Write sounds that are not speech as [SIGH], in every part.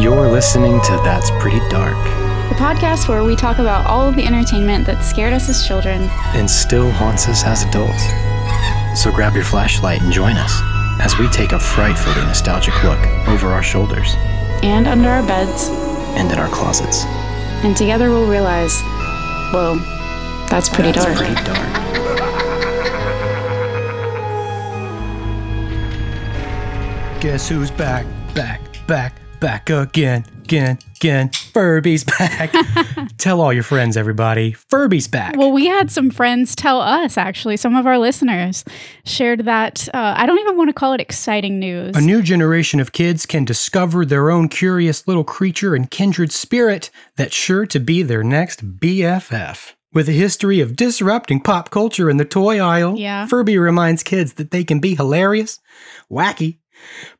You're listening to That's Pretty Dark the podcast where we talk about all of the entertainment that scared us as children. and still haunts us as adults. So grab your flashlight and join us as we take a frightfully nostalgic look over our shoulders and under our beds, and in our closets. and together we'll realize, whoa, that's pretty That's dark. pretty dark. Guess who's back, back, back, back again, again, again. Furby's back. Tell all your friends, everybody. Furby's back. Well, we had some friends tell us, actually, some of our listeners shared that. Uh, I don't even want to call it exciting news. a new generation of kids can discover their own curious little creature and kindred spirit that's sure to be their next BFF. With a history of disrupting pop culture in the toy aisle, Yeah. Furby reminds kids that they can be hilarious, wacky,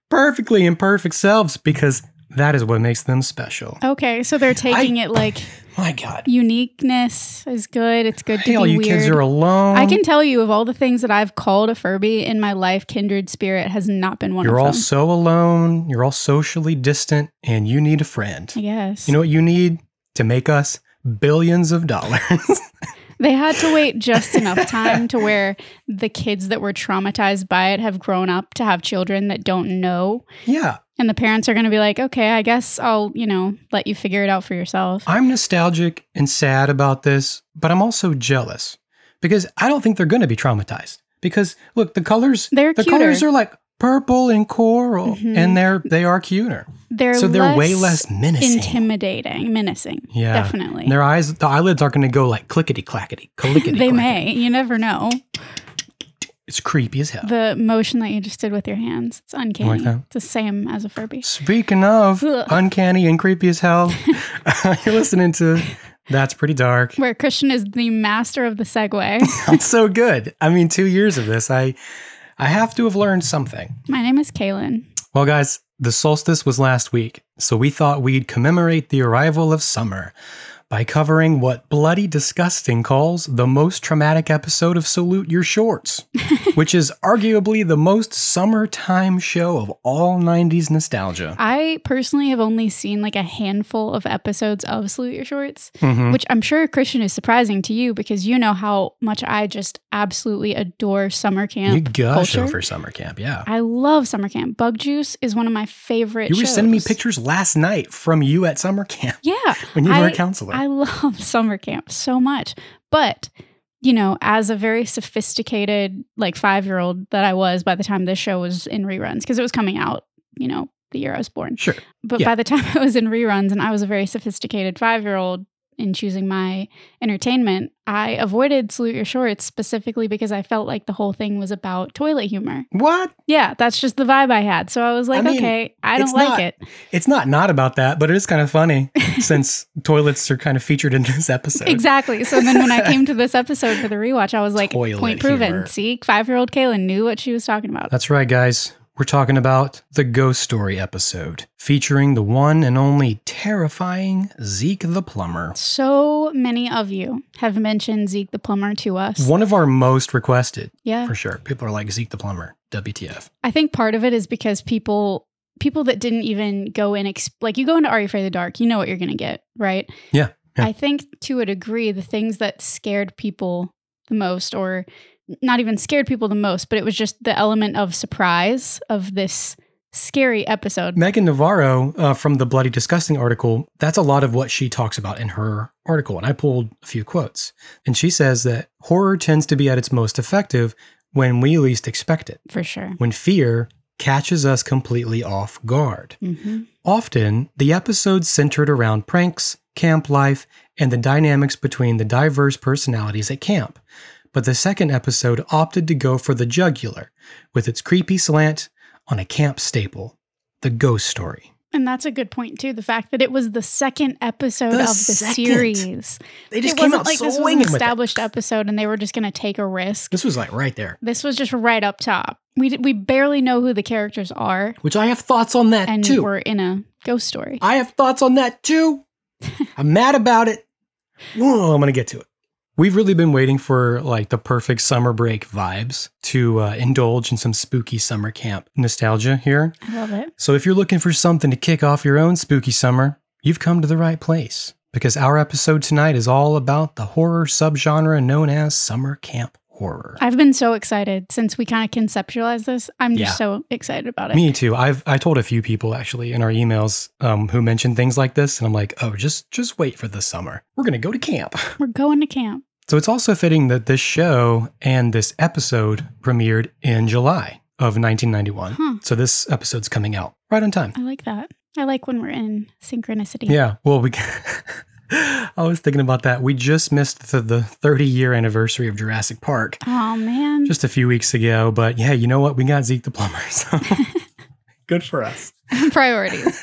perfectly imperfect selves because that is what makes them special. okay, so they're taking it like My God. uniqueness is good. It's good Hey, to all be you weird. kids are alone. I can tell you of all the things that I've called a Furby in my life, kindred spirit has not been one You're of all them. so alone. You're all socially distant, and you need a friend. I guess. You know what you need to make us billions of dollars? They had to wait just enough time to where the kids that were traumatized by it have grown up to have children that don't know. yeah, And the parents are going to be like, okay, I guess I'll, you know, let you figure it out for yourself. I'm nostalgic and sad about this, but I'm also jealous because I don't think they're going to be traumatized. Because look, the colors, They're the cuter. colors are like purple and coral, Mhm. and they're they are cuter. They're so they're way less menacing. intimidating, menacing. Yeah. definitely. Their eyes, the eyelids aren't going to go like clickety clackety, clickety. [LAUGHS] They may. You never know. It's creepy as hell. The motion that you just did with your hands, it's uncanny. like that? It's the same as a Furby. Speaking of Ugh. uncanny and creepy as [LAUGHS] hell, [LAUGHS] you're listening to That's Pretty [LAUGHS] Dark. Where Christian is the master of the segue. [LAUGHS] I'm so good. I mean, two years of this, I I have to have learned something. My name is Kaylin. Well, guys, the solstice was last week, so we thought we'd commemorate the arrival of summer by covering what Bloody Disgusting calls the most traumatic episode of Salute Your [LAUGHS] Shorts, which is arguably the most summertime show of all 90s nostalgia. I personally have only seen like a handful of episodes of Salute Your Shorts, Mhm. which I'm sure Christian is surprising to you because you know how much I just absolutely adore summer camp. You gush culture. over summer camp, yeah. I love summer camp. Bug Juice is one of my favorite. You were sending me shows. pictures last night from you at summer camp [LAUGHS] Yeah, when you were I- a counselor. I [LAUGHS] love summer camp so much. But, you know, as a very sophisticated, like five year old that I was by the time this show was in reruns, because it was coming out, you know, the year I was born. sure. But Yeah. by the time [LAUGHS] I was in reruns and I was a very sophisticated five year old in choosing my entertainment, I avoided Salute Your Shorts specifically because I felt like the whole thing was about toilet humor. What? Yeah, that's just the vibe I had. So I was like, mean, okay, I don't it's like not- it. It's not not about that, but it is kind of [LAUGHS] funny since toilets are kind of featured in this episode. Exactly. So then [LAUGHS] when I came to this episode for the rewatch, I was like, Toilet point proven. humor. See, five year old Kaylin knew what she was talking about. That's right, guys. We're talking about the ghost story episode featuring the one and only terrifying Zeke the plumber. so many of you have mentioned Zeke the plumber to us. One of our most requested, yeah. for sure. People are like Zeke the plumber, WTF. I think part of it is because people people that didn't even go in ex- like you go into Are You Afraid of the Dark, you know what you're going to get, right? Yeah, yeah. I think to a degree the things that scared people the most or not even scared people the most, but it was just the element of surprise of this scary episode. Megan Navarro uh, from the Bloody Disgusting article, that's a lot of what she talks about in her article. And I pulled a few quotes. And she says that horror tends to be at its most effective when we least expect it, For sure. when fear catches us completely off guard. Mm-hmm. Often, the episodes centered around pranks, camp life, and the dynamics between the diverse personalities at camp. But the second episode opted to go for the jugular with its creepy slant on a camp staple, the ghost story. And that's a good point too. The fact that it was the second episode The of the second. series. They it wasn't like this was an established episode, and they were just going to take a risk. This was like right there, This was just right up top. We did, we barely know who the characters are, which I have thoughts on that and too. we're in a ghost story. I have thoughts on that too. I'm mad about it. Whoa, I'm going to get to it. We've really been waiting for like the perfect summer break vibes to uh, indulge in some spooky summer camp nostalgia here. I love it. So if you're looking for something to kick off your own spooky summer, you've come to the right place because our episode tonight is all about the horror subgenre known as summer camp horror. I've been so excited since we kind of conceptualized this. I'm just Yeah. so excited about it. Me too. I've I told a few people actually in our emails um, who mentioned things like this, and I'm like, oh, just just wait for the summer. We're gonna go to camp. We're going to camp. So it's also fitting that this show and this episode premiered in July of 1991. Huh. So this episode's coming out right on time. I like that. I like when we're in synchronicity. Yeah. Well, we. [LAUGHS] I was thinking about that. We just missed the, the 30 year anniversary of Jurassic Park Oh man. just a few weeks ago, but yeah, you know what? We got Zeke the plumber. [LAUGHS] So good for us. [LAUGHS] [LAUGHS] Priorities.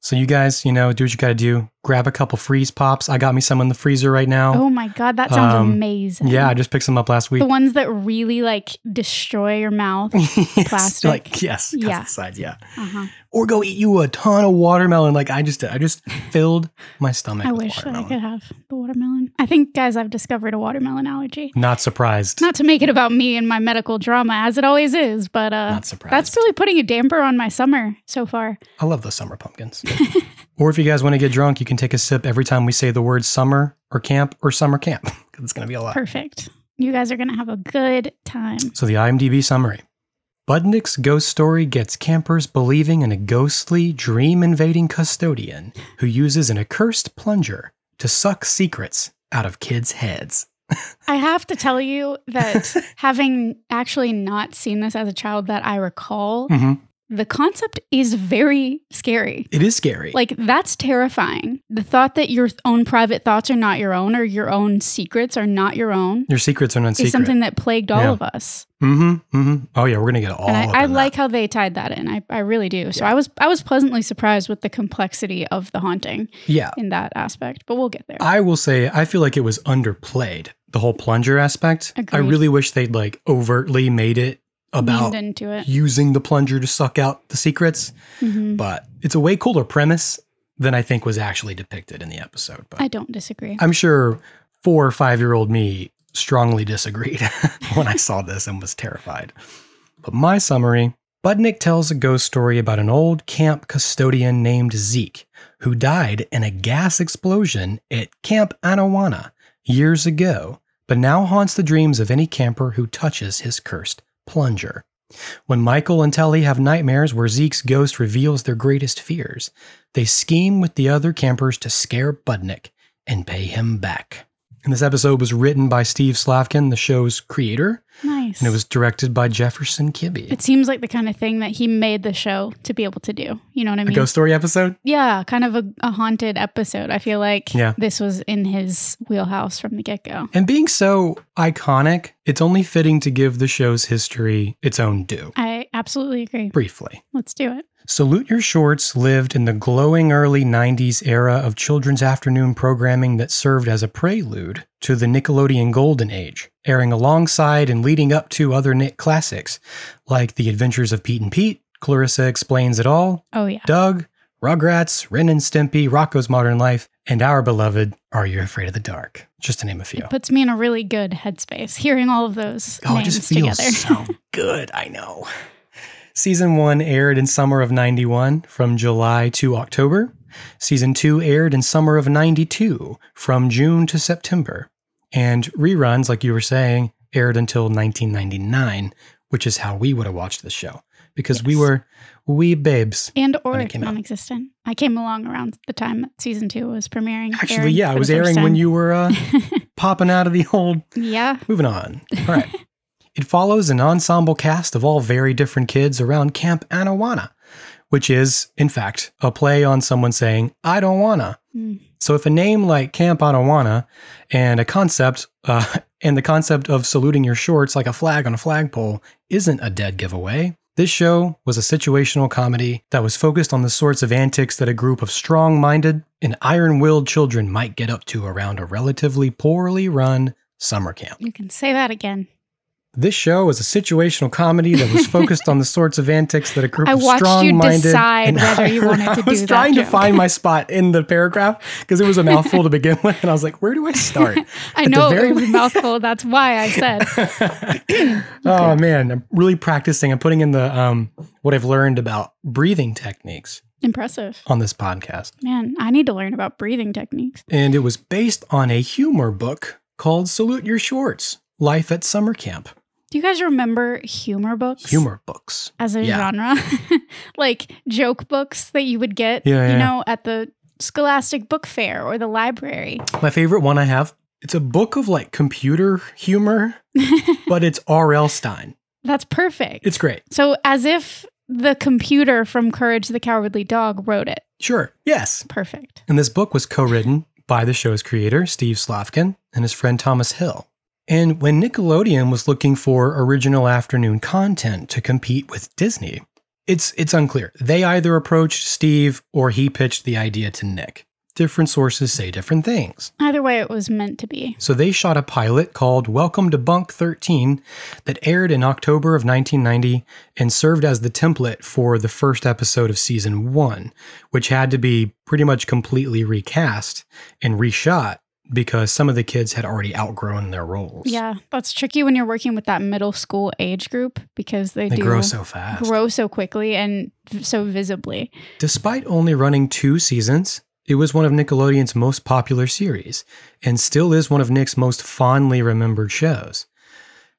so you guys, you know, do what you gotta do. Grab a couple freeze pops. I got me some in the freezer right now. Oh my god, that sounds Um, amazing. yeah, I just picked some up last week. [LAUGHS] the ones that really like destroy your mouth. Yes, plastic. Like yes, Yeah. pesticides, yeah. Uh-huh. Or go eat you a ton of watermelon like I just did. I [LAUGHS] just filled my stomach. I with wish that I watermelon. could have the watermelon. I think, guys, I've discovered a watermelon allergy. Not surprised. Not to make it about me and my medical drama, as it always is, but uh, Not surprised. that's really putting a damper on my summer so far. I love the summer [LAUGHS] pumpkins. or if you guys want to get drunk, you can take a sip every time we say the word summer or camp or summer camp. [LAUGHS] 'Cause it's gonna be a lot. Perfect. You guys are going to have a good time. So the IMDb summary. Budnick's ghost story gets campers believing in a ghostly, dream invading custodian who uses an accursed plunger to suck secrets out of kids' heads. I have to tell [LAUGHS] you that having actually not seen this as a child that I recall, Mhm. the concept is very scary. It is scary. Like, that's terrifying. The thought that your own private thoughts are not your own or your own secrets are not your own Your secrets are not is secret. something that plagued all Yeah. of us. mm-hmm. Mm-hmm. Oh yeah, we're gonna get all. and up I, I in that. like how they tied that in. I, I really do. So I was I was pleasantly surprised with the complexity of the haunting Yeah, in that aspect, but we'll get there. I will say I feel like it was underplayed the whole plunger aspect. I Agreed. really wish they'd like overtly made it about Leaned into it. using the plunger to suck out the secrets. Mhm. but it's a way cooler premise than I think was actually depicted in the episode. But I don't disagree. I'm sure four or five year old me strongly disagreed [LAUGHS] when I saw this and was terrified. But my summary Budnick tells a ghost story about an old camp custodian named Zeke who died in a gas explosion at Camp Anawana years ago, but now haunts the dreams of any camper who touches his cursed plunger. When Michael and Telly have nightmares where Zeke's ghost reveals their greatest fears, they scheme with the other campers to scare Budnick and pay him back. And this episode was written by Steve Slavkin, the show's creator, nice. and it was directed by Jefferson Kibbe. It seems like the kind of thing that he made the show to be able to do. You know what I a mean? ghost story episode? Yeah, kind of a, a haunted episode. I feel like Yeah. this was in his wheelhouse from the get go. And being so iconic, it's only fitting to give the show's history its own due. I absolutely agree. Briefly. Let's do it. Salute Your Shorts lived in the glowing early 90s era of children's afternoon programming that served as a prelude to the Nickelodeon Golden Age, airing alongside and leading up to other Nick classics like The Adventures of Pete and Pete, Clarissa Explains It All, Oh, yeah. Doug, Rugrats, Ren and Stimpy, Rocco's Modern Life, and our beloved Are You Afraid of the Dark? Just to name a few. It puts me in a really good headspace hearing all of those Oh, it names just feels together. so [LAUGHS] good. I know. Season one aired in summer of 91 from July to October. Season two aired in summer of 92 from June to September. And reruns, like you were saying, aired until 1999, which is how we would have watched the show because we Yes. were wee babes. and When or it came out. non-existent. I came along around the time that season two was premiering. Actually, airing yeah, for it the was first airing when time. you were [LAUGHS] uh, popping out of the [LAUGHS] old yeah, Moving on. All right. it follows an ensemble cast of all very different kids around Camp Anawana, which is, in fact, a play on someone saying, I don't wanna. Mm. So if a name like Camp Anawana and a concept, uh, [LAUGHS] and the concept of saluting your shorts like a flag on a flagpole isn't a dead giveaway, this show was a situational comedy that was focused on the sorts of antics that a group of strong minded and iron willed children might get up to around a relatively poorly run summer camp. you can say that again. This show is a situational comedy that was focused [LAUGHS] on the sorts of antics that a group I of watched you strong-minded decide and whether you wanted to I do was that trying to joke. find my spot in the paragraph because it was a [LAUGHS] mouthful to begin with, and I was like, "Where do I start?" I At the know very [LAUGHS] it was a mouthful. [LAUGHS] That's why I said oh man, I'm really practicing. I'm putting in the um, what I've learned about breathing techniques impressive. on this podcast, Man, I need to learn about breathing techniques. and it was based on a humor book called "Salute Your Shorts: Life at Summer Camp." Do you guys remember humor books? Humor books. as a Yeah. genre, [LAUGHS] like joke books that you would get, Yeah, yeah. you know, at the Scholastic Book Fair or the library. [LAUGHS] My favorite one I have. It's a book of like computer humor, but it's R.L. Stein. That's perfect. It's great. so as if the computer from Courage the Cowardly Dog wrote it. Sure. Yes. Perfect. And this book was co written by the show's creator, Steve Slavkin, and his friend Thomas Hill. And when Nickelodeon was looking for original afternoon content to compete with Disney, it's, it's unclear. They either approached Steve or he pitched the idea to Nick. Different sources say different things. Either way, it was meant to be. So they shot a pilot called Welcome to Bunk 13 that aired in October of 1990 and served as the template for the first episode of season one, which had to be pretty much completely recast and reshot because some of the kids had already outgrown their roles. Yeah, that's tricky when you're working with that middle school age group because they, They do grow so fast. grow so quickly and v- so visibly. [LAUGHS] Despite only running two seasons, it was one of Nickelodeon's most popular series and still is one of Nick's most fondly remembered shows.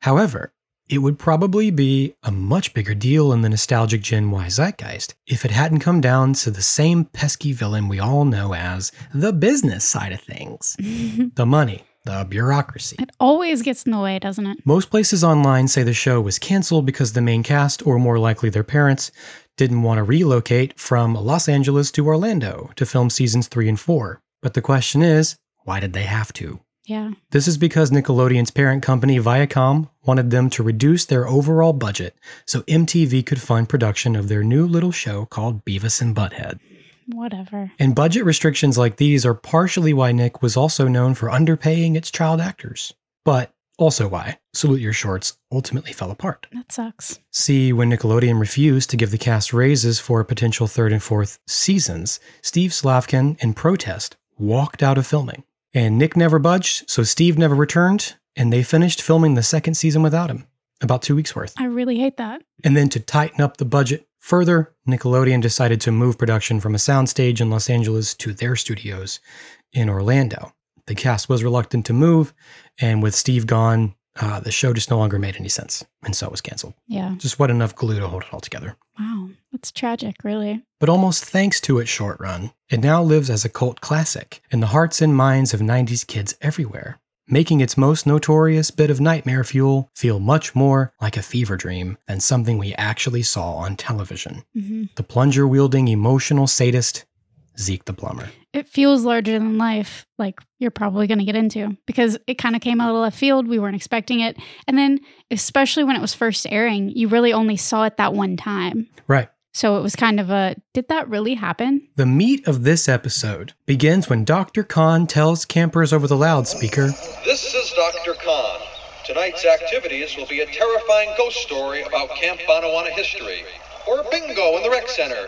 However, it would probably be a much bigger deal in the nostalgic Gen Y zeitgeist if it hadn't come down to the same pesky villain we all know as the business side of things it the money, the bureaucracy. always gets in the way, doesn't it? Most places online say the show was canceled because the main cast, or more likely their parents, didn't want to relocate from Los Angeles to Orlando to film seasons three and four. But the question is, why did they have to? Yeah. This is because Nickelodeon's parent company, Viacom, wanted them to reduce their overall budget so MTV could fund production of their new little show called Beavis and Butthead. Whatever. And budget restrictions like these are partially why Nick was also known for underpaying its child actors, but also why Salute Your Shorts ultimately fell apart. That sucks. See, when Nickelodeon refused to give the cast raises for potential third and fourth seasons, Steve Slavkin, in protest, walked out of filming. And Nick never budged, so Steve never returned, and they finished filming the second season without him, about two weeks worth. I really hate that. And then to tighten up the budget further, Nickelodeon decided to move production from a soundstage in Los Angeles to their studios in Orlando. The cast was reluctant to move, and with Steve gone, uh, the show just no longer made any sense, and so it was canceled. Yeah. Just what enough glue to hold it all together. Wow. That's tragic, really. But almost thanks to its short run, it now lives as a cult classic in the hearts and minds of 90s kids everywhere, making its most notorious bit of nightmare fuel feel much more like a fever dream than something we actually saw on television. hmm The plunger wielding emotional sadist, Zeke the Plumber. It feels larger than life, like you're probably going to get into because it kind of came out of left field. We weren't expecting it. And then, especially when it was first airing, you really only saw it that one time. Right. So it was kind of a did that really happen? [LAUGHS] The meat of this episode begins when Dr. Khan tells campers over the loudspeaker This is Dr. Khan. Tonight's activities will be a terrifying ghost story about Camp Bonawana history, or a bingo in the rec center.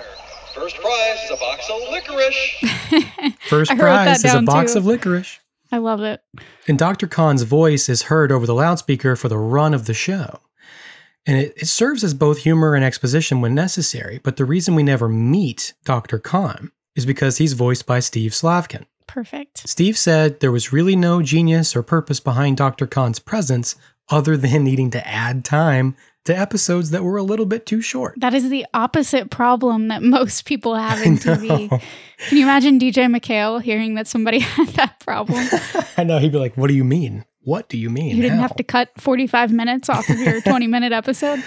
First prize is a box of licorice. First I wrote that prize is a down box too. of licorice. I love it. And Dr. Khan's voice is heard over the loudspeaker for the run of the show. And it, it serves as both humor and exposition when necessary, but the reason we never meet Dr. Khan is because he's voiced by Steve Slavkin. Perfect. Steve said there was really no genius or purpose behind Dr. Khan's presence other than needing to add time to episodes that were a little bit too short. That is the opposite problem that most people have [LAUGHS] in TV. know. Can you imagine DJ McHale hearing that somebody [LAUGHS] had that problem? I know he'd be like, What do you mean? What do you mean? You didn't How?" have to cut 45 minutes off of your 20 minute episode.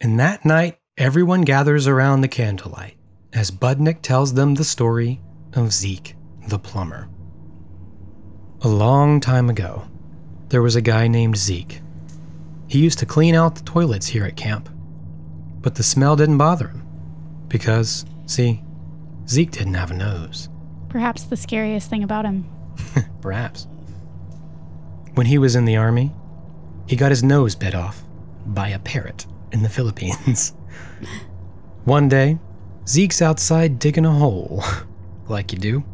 And that night, everyone gathers around the candlelight as Budnick tells them the story of Zeke the plumber. A long time ago, there was a guy named Zeke. He used to clean out the toilets here at camp, but the smell didn't bother him because, see, Zeke didn't have a nose. Perhaps the scariest thing about him. Perhaps. When he was in the army, He got his nose bit off by a parrot in the [LAUGHS] Philippines. One day, Zeke's outside digging a hole, [LAUGHS] like you do,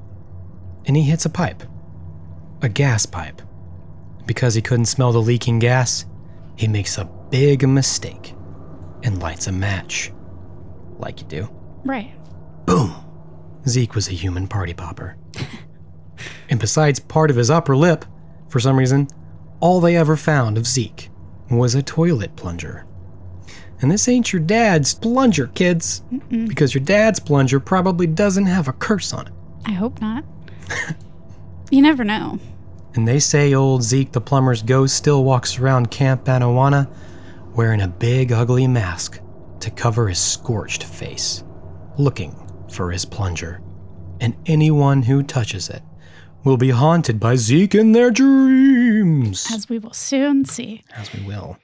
and he hits a pipe. A gas pipe. Because he couldn't smell the leaking gas, he makes a big mistake and lights a match. Like you do. Right. Boom! Zeke was a human party popper. and besides part of his upper lip, for some reason, all they ever found of Zeke was a toilet plunger. And this ain't your dad's plunger, kids, because your dad's plunger probably doesn't have a curse on it. I hope not. you never know. And they say old Zeke the plumber's ghost still walks around Camp Anawana wearing a big ugly mask to cover his scorched face, looking for his plunger. And anyone who touches it will be haunted by Zeke in their dreams. As, As we will soon see. we will.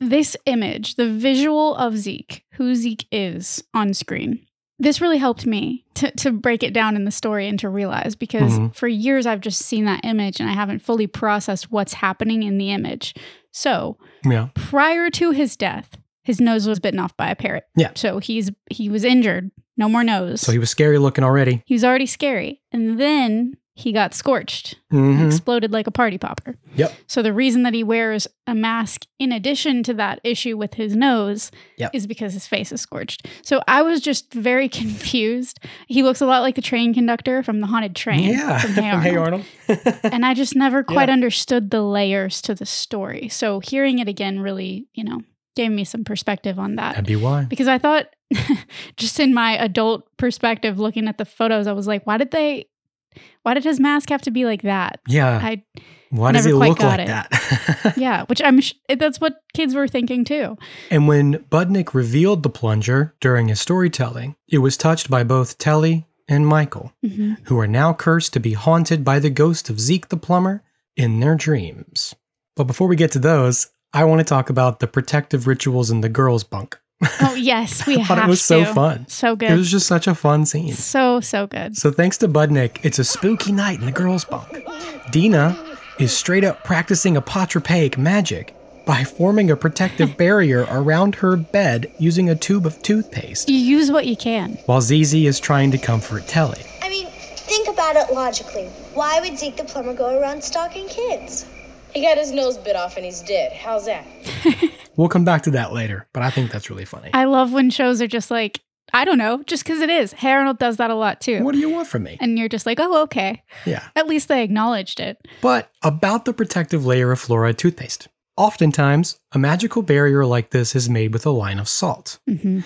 This image, the visual of Zeke, who Zeke is on screen, this really helped me to, to break it down in the story and to realize because Mhm. for years I've just seen that image and I haven't fully processed what's happening in the image. So Yeah. prior to his death, his nose was bitten off by a parrot. Yeah. So he's he was injured. No more nose. So he was scary looking already. he was already scary. And then he got scorched and Mm-hmm. exploded like a party popper. Yep. So the reason that he wears a mask in addition to that issue with his nose Yep. is because his face is scorched. So I was just very [LAUGHS] confused. He looks a lot like the train conductor from the haunted train. Yeah. [LAUGHS] From Hey Arnold. [LAUGHS] And I just never quite understood the layers to the story. So hearing it again really, you know, gave me some perspective on that That'd be why. because I thought, [LAUGHS] just in my adult perspective, looking at the photos, I was like, why did they, why did his mask have to be like that? Yeah. I, Why does he never quite look got like it. [LAUGHS] that? yeah, which I'm, sh- that's what kids were thinking too. And when Budnick revealed the plunger during his storytelling, it was touched by both Telly and Michael, Mhm. who are now cursed to be haunted by the ghost of Zeke the plumber in their dreams. But before we get to those, I want to talk about the protective rituals in the girls' bunk. [LAUGHS] Oh, yes, we [LAUGHS] I have thought it was so to. fun. So It good. was just such a fun scene. so, so good. So thanks to Budnick, it's a spooky night in the girls' bunk. Dina is straight up practicing apotropaic magic by forming a protective barrier around her bed using a tube of toothpaste, You use what you can. while Zizi is trying to comfort Telly. I mean, think about it logically. Why would Zeke the plumber go around stalking kids? He got his nose bit off and he's dead. How's that? We'll come back to that later, but I think that's really funny. I love when shows are just like, I don't know, just because it is. Hey Arnold does that a lot too. What do you want from me? And you're just like, oh, okay. Yeah. At least they acknowledged it. But about the protective layer of fluoride toothpaste. Oftentimes, a magical barrier like this is made with a line of salt. Mm-hmm.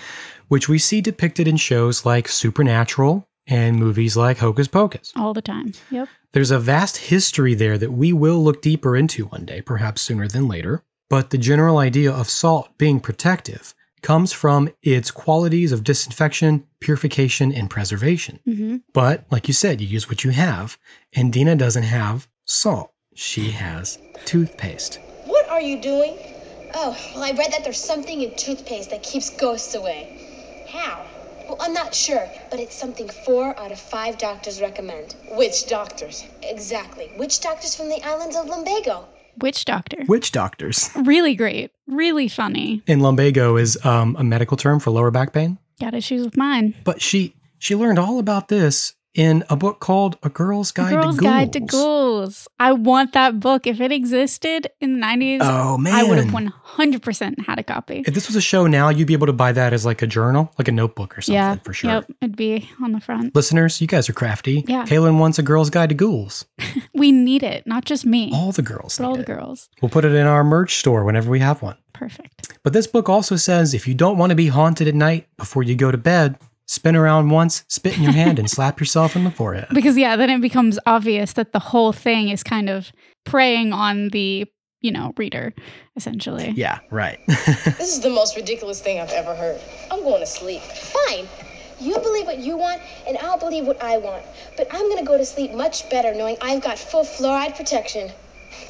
which we see depicted in shows like Supernatural and movies like Hocus Pocus. All the time. Yep. There's a vast history there that we will look deeper into one day, perhaps sooner than later. But the general idea of salt being protective comes from its qualities of disinfection, purification, and preservation. Mm-hmm. But like you said, you use what you have, and Dina doesn't have salt. She has toothpaste. What are you doing? Oh, well, I read that there's something in toothpaste that keeps ghosts away. How? Well, I'm not sure, but it's something four out of five doctors recommend. Which doctors? Exactly. Which doctors from the islands of Lumbago? Witch Doctor. Witch doctors. really great. Really funny. And lumbago is um, a medical term for lower back pain. Got issues with mine. But she she learned all about this in a book called A Girl's Guide Girl's to Ghouls. Guide to Ghouls. I want that book. If it existed in the 90s, Oh man. I would have 100% had a copy. If this was a show now, you'd be able to buy that as like a journal, like a notebook or something yeah. for sure. Yep. It'd be on the front. Listeners, you guys are crafty. Yeah. Kaylin wants a girl's guide to ghouls. We need it. Not just me, All the girls. but all Oh, need the it. girls. We'll put it in our merch store whenever we have one. Perfect. But this book also says if you don't want to be haunted at night before you go to bed, spin around once, spit in your hand, and slap yourself in the forehead. [LAUGHS] Because, yeah, then it becomes obvious that the whole thing is kind of preying on the, you know, reader, essentially. Yeah, right. [LAUGHS] This is the most ridiculous thing I've ever heard. I'm going to sleep. Fine. You believe what you want, and I'll believe what I want. But I'm gonna go to sleep much better knowing I've got full fluoride protection.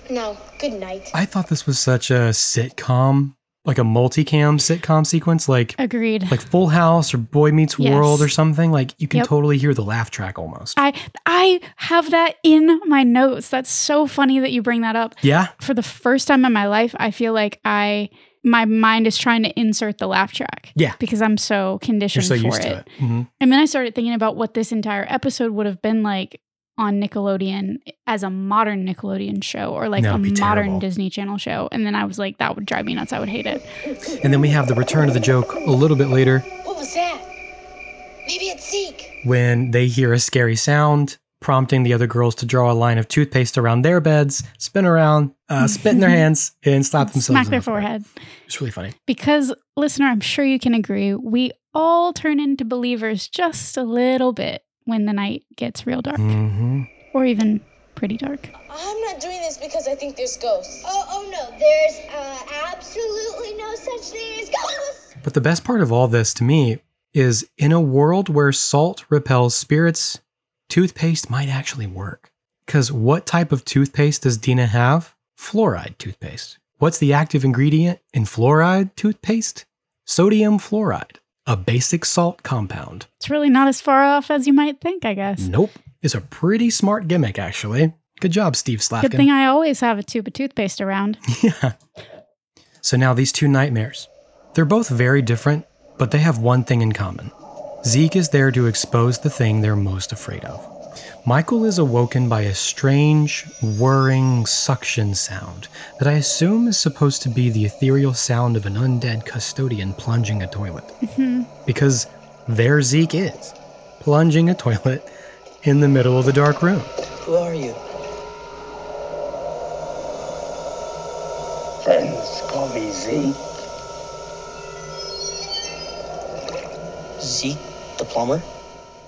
Now, good night. I thought this was such a sitcom like a multicam sitcom sequence, like Agreed. like Full House or Boy Meets Uh, Yes. World or something. Like you can Yep. Uh, totally hear the laugh track almost. I I have that in my notes. That's so funny that you bring that up. yeah, For the first time in my life, I feel like I my mind is trying to insert the laugh track. Yeah. Because I'm so you're conditioned so for used it. to it. Mhm. And then I started thinking about what this entire episode would have been like on Nickelodeon as a modern Nickelodeon show or like That a would be modern terrible. Disney Channel show. And then I was like, that would drive me nuts. I would hate it. And then we have the return of the joke a little bit later What was that? Maybe it's Zeke. when they hear a scary sound, prompting the other girls to draw a line of toothpaste around their beds, spin around, uh, spit [LAUGHS] in their hands, and slap themselves. Smack in their the forehead. forehead. It's really funny. Because, listener, I'm sure you can agree, we all turn into believers just a little bit when the night gets real dark hmm or even pretty dark. I'm not doing this because I think there's ghosts. Oh, oh no, there's uh, absolutely no such thing as ghosts. But the best part of all this to me is in a world where salt repels spirits, toothpaste might actually work. Because what type of toothpaste does Dina have? Fluoride toothpaste. What's the active ingredient in fluoride toothpaste? Sodium fluoride, a basic salt compound. It's really not as far off as you might think, I guess. Nope. It's a pretty smart gimmick, actually. Good job, Steve Slavkin. Good thing I always have a tube of toothpaste around. Yeah. So now these two nightmares. They're both very different, but they have one thing in common Zeke is there to expose the thing they're most afraid of. Michael is awoken by a strange, whirring suction sound that I assume is supposed to be the ethereal sound of an undead custodian plunging a toilet. Because there Zeke is, plunging a toilet in the middle of the dark room. Who are you? Friends call me Zeke. Zeke the plumber?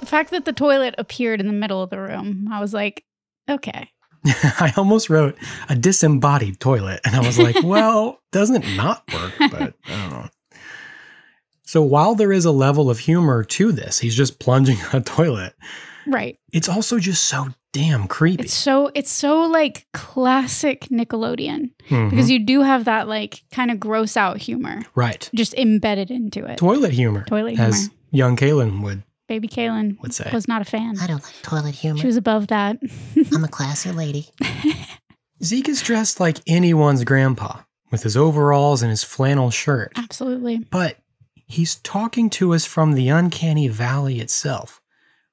The fact that the toilet appeared in the middle of the room, I was like, okay. [LAUGHS] I almost wrote a disembodied toilet, and I was [LAUGHS] like, well, doesn't it not work, but I don't know. So while there is a level of humor to this, he's just plunging [LAUGHS] a toilet. Right. It's also just so damn creepy. It's so it's so like classic Nickelodeon Mhm. because you do have that like kind of gross out humor right, just embedded into it. toilet humor, Toilet as humor. young Kalen would. Baby Kaylin Would say. was not a fan. I don't like toilet humor. She was above that. [LAUGHS] I'm a classy lady. Zeke is dressed like anyone's grandpa, with his overalls and his flannel shirt. Absolutely. but he's talking to us from the uncanny valley itself,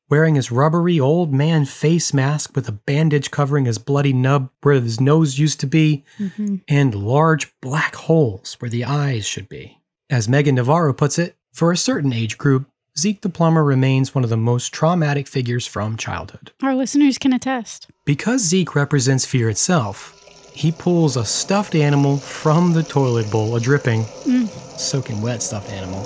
wearing his rubbery old man face mask with a bandage covering his bloody nub where his nose used to be, and large black holes where the eyes should be. As Megan Navarro puts it, for a certain age group, Zeke the Plumber remains one of the most traumatic figures from childhood. Our listeners can attest. Because Zeke represents fear itself, he pulls a stuffed animal from the toilet bowl, a dripping, soaking wet stuffed animal,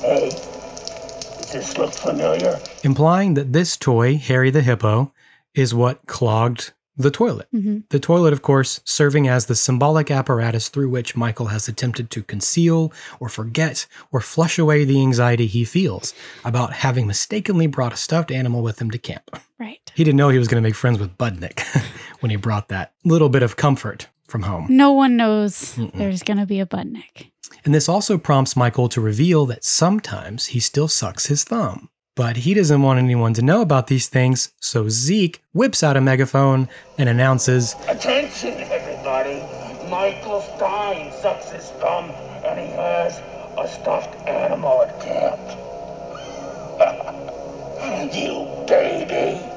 Hey, does this look familiar? implying that this toy, Harry the Hippo, is what clogged the toilet. Mm-hmm. The toilet, of course, serving as the symbolic apparatus through which Michael has attempted to conceal or forget or flush away the anxiety he feels about having mistakenly brought a stuffed animal with him to camp. Right. He didn't know he was going to make friends with Budnick [LAUGHS] when he brought that little bit of comfort from home. No one knows there's gonna be a butt neck. And this also prompts Michael to reveal that sometimes he still sucks his thumb. But he doesn't want anyone to know about these things, so Zeke whips out a megaphone and announces Attention, everybody! Michael's dying sucks his thumb, and he has a stuffed animal at [LAUGHS] camp. you baby!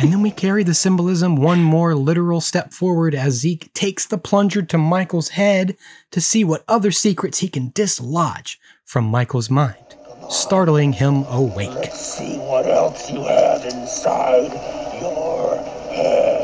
And then we carry the symbolism one more literal step forward as Zeke takes the plunger to Michael's head to see what other secrets he can dislodge from Michael's mind, startling him awake. See what else you have inside your head.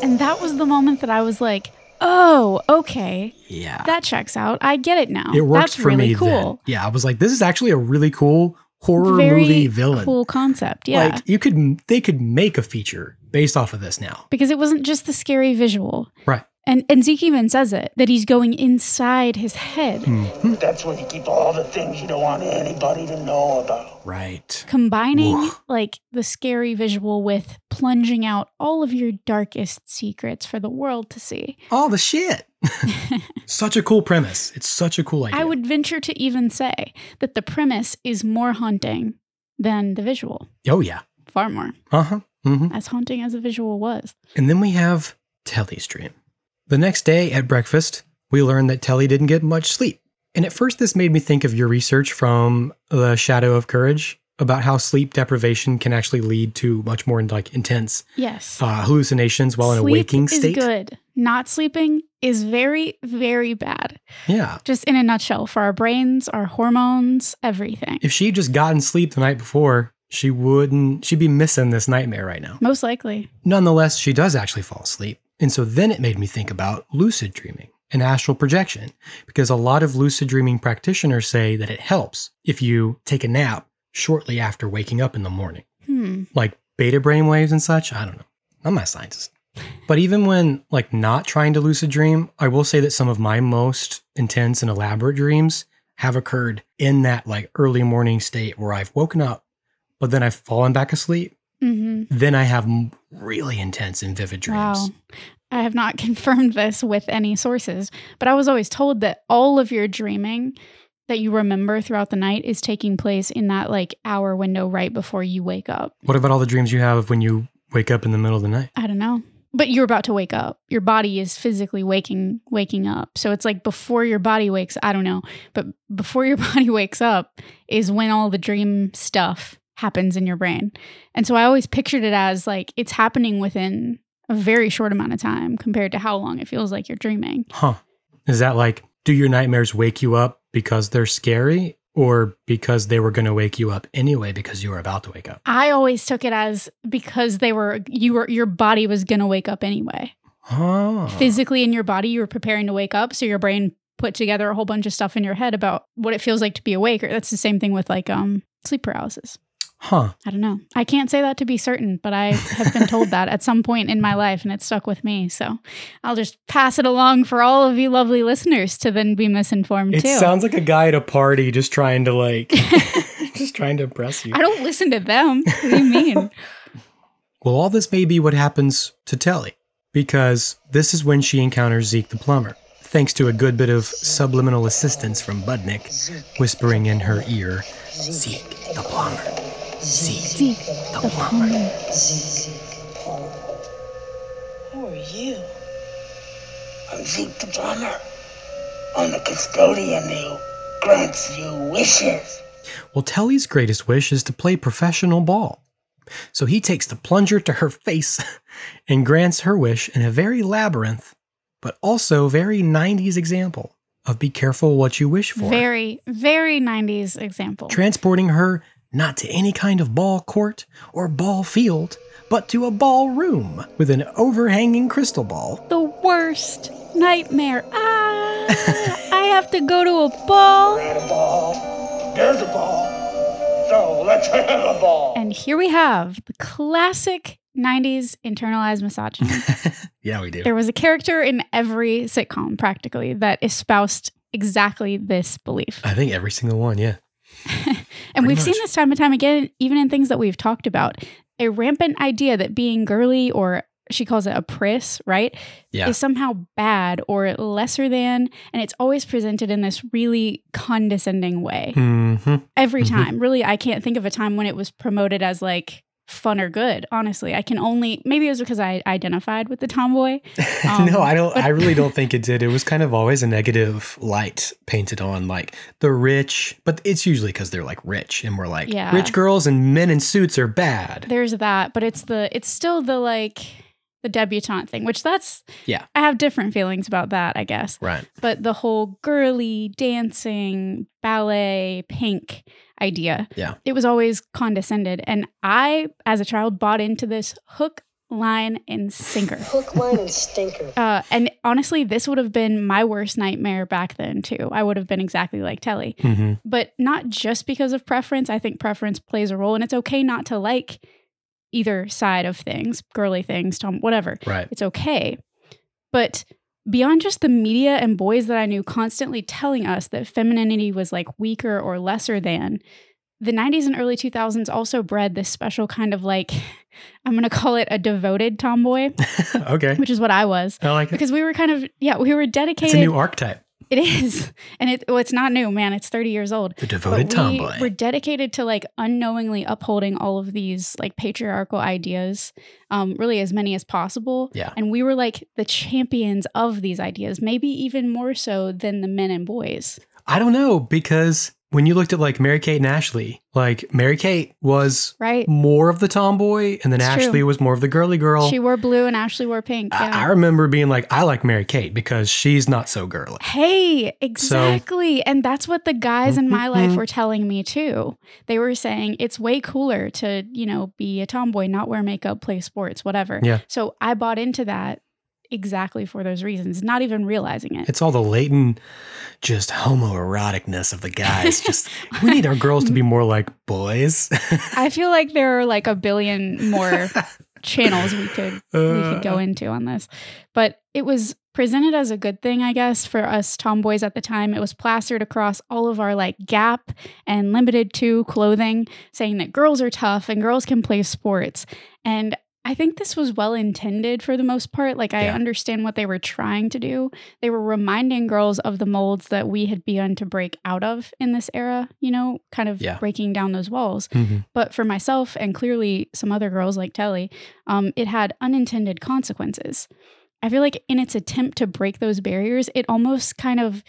And that was the moment that I was like, oh, okay. Yeah. That checks out. I get it now. it worked That's for really me cool. then. Yeah, I was like, this is actually a really cool horror Very movie villain. cool concept. Yeah. Like you could they could make a feature based off of this now. because it wasn't just the scary visual. Right. And and Zeke even says it that he's going inside his head, That's where you keep all the things you don't want anybody to know about. Right. combining Woof. like the scary visual with plunging out all of your darkest secrets for the world to see. [LAUGHS] All the shit. such a cool premise. It's such a cool idea. I would venture to even say that the premise is more haunting than the visual. Oh yeah. Far more. Uh huh. Mm-hmm. As haunting as the visual was. And then we have Telly's dream. The next day at breakfast, we learn that Telly didn't get much sleep. And at first, this made me think of your research from The Shadow of Courage about how sleep deprivation can actually lead to much more like intense Yes. uh, hallucinations while in a Sleep waking state. is good. Not sleeping is very, very bad. Yeah. Just in a nutshell, for our brains, our hormones, everything. If she would just gotten sleep the night before, she wouldn't, she'd be missing this nightmare right now. Most likely. Nonetheless, she does actually fall asleep. And so then it made me think about lucid dreaming and astral projection, because a lot of lucid dreaming practitioners say that it helps if you take a nap shortly after waking up in the morning, Hmm. like beta brainwaves and such. I don't know. I'm not a scientist. But even when like not trying to lucid dream, I will say that some of my most intense and elaborate dreams have occurred in that like early morning state where I've woken up, but then I've fallen back asleep hmm then I have m- really intense and vivid dreams. Wow. I have not [LAUGHS] confirmed this with any sources, but I was always told that all of your dreaming that you remember throughout the night is taking place in that like hour window right before you wake up. What about all the dreams you have when you wake up in the middle of the night? I don't know. But you're about to wake up. Your body is physically waking waking up. So it's like before your body wakes, I don't know, but before your [LAUGHS] body wakes up is when all the dream stuff happens in your brain. And so I always pictured it as like it's happening within a very short amount of time compared to how long it feels like you're dreaming. Huh. Is that like, do your nightmares wake you up because they're scary or because they were going to wake you up anyway because you were about to wake up? I always took it as because they were you were your body was going to wake up anyway. Huh. physically in your body you were preparing to wake up so your brain put together a whole bunch of stuff in your head about what it feels like to be awake or that's the same thing with like um sleep paralysis Huh. i don't know i can't say that to be certain but [LAUGHS] i have been told that at some point in my life and it stuck with me so i'll just pass it along for all of you lovely listeners to then be misinformed It too sounds like a guy at a party just trying to like, [LAUGHS] just trying to impress you. i don't listen to them [LAUGHS] what do you mean Well, all this may be what happens to Telly, because this is when she encounters Zeke the plumber, thanks to a good bit of subliminal assistance from Budnick, whispering in her ear, Zeke the plumber. Zeke. Zeke, the plumber. Who are you? I'm Zeke the Plumber. I'm the custodian who grants you wishes. Well, Telly's greatest wish is to play professional ball. So he takes the plunger to her face [LAUGHS] and grants her wish in a very labyrinth, but also very 90s example of be careful what you wish for. very very 90s example transporting her not to any kind of ball court or ball field, but to a ball room with an overhanging crystal ball. the worst nightmare. [LAUGHS] Ah, I have to go to a ball. At a ball, there's a ball. So let's have a ball. And here we have the classic 90s internalized [LAUGHS] misogyny. Yeah, we do. there was a character in every sitcom practically that espoused exactly this belief. I think every single one, yeah. Uh, And Pretty we've seen much. this time and time again, even in things that we've talked about. A rampant idea that being girly or she calls it a priss, right? Yeah. Is somehow bad or lesser than. And it's always presented in this really condescending way Mm-hmm. every Mhm. time. Really, I can't think of a time when it was promoted as like fun or good. Honestly, I can only maybe it was because I identified with the tomboy. [LAUGHS] Um, no, I don't. but- I really [LAUGHS] don't think it did. It was kind of always a negative light painted on like the rich, but it's usually because they're like rich, and we're like Yeah. rich girls and men in suits are bad. There's that, but it's the it's still the like the debutante thing, which that's Yeah. I have different feelings about that, I guess. [LAUGHS] right. But the whole girly dancing ballet pink idea, Yeah. it was always condescended, and I as a child bought into this hook, line, and sinker. Hook, line, and stinker. Uh, and honestly, this would have been my worst nightmare back then, too. I would have been exactly like Telly, Mm-hmm. but not just because of preference. I think preference plays a role, and it's okay not to like either side of things, girly things, Tom, whatever. Right. It's okay. But beyond just the media and boys that I knew constantly telling us that femininity was like weaker or lesser than, the 90s and early 2000s also bred this special kind of like, [LAUGHS] I'm going to call it a devoted tomboy, [LAUGHS] okay. which is what I was. I like it. Because we were kind of, yeah, we were It's dedicated. a new archetype. it is. [LAUGHS] And it, well, it's not new, man. It's 30 years old. The But devoted tomboy. We, are dedicated to like unknowingly upholding all of these like patriarchal ideas, um, really as many as possible. Yeah. And we were like the champions of these ideas, maybe even more so than the men and boys. I don't know because when you looked at like Mary Kate and Ashley, like Mary Kate was Right. more of the tomboy, and then It's true. Ashley was more of the girly girl. She wore blue and Ashley wore pink. I- I Yeah. remember being like, I like Mary Kate because she's not so girly. Hey, exactly. and that's what the guys in my life Mhm. were telling me too. They were saying it's way cooler to, you know, be a tomboy, not wear makeup, play sports, whatever. Yeah. So I bought into that exactly for those reasons, not even realizing it. It's all the latent, just homoeroticness of the guys. [LAUGHS] just we need our girls to be more like boys. I feel like there are like a billion more channels we could [LAUGHS] we could go Uh, into on this. But it was presented as a good thing, I guess, for us tomboys at the time. It was plastered across all of our like Gap and Limited to clothing, saying that girls are tough and girls can play sports. And I think this was well intended for the most part. Like, I Yeah. understand what they were trying to do. They were reminding girls of the molds that we had begun to break out of in this era, you know, kind of Yeah. breaking down those walls. Mhm. But for myself and clearly some other girls like Telly, um, it had unintended consequences. I feel like in its attempt to break those barriers, it almost kind of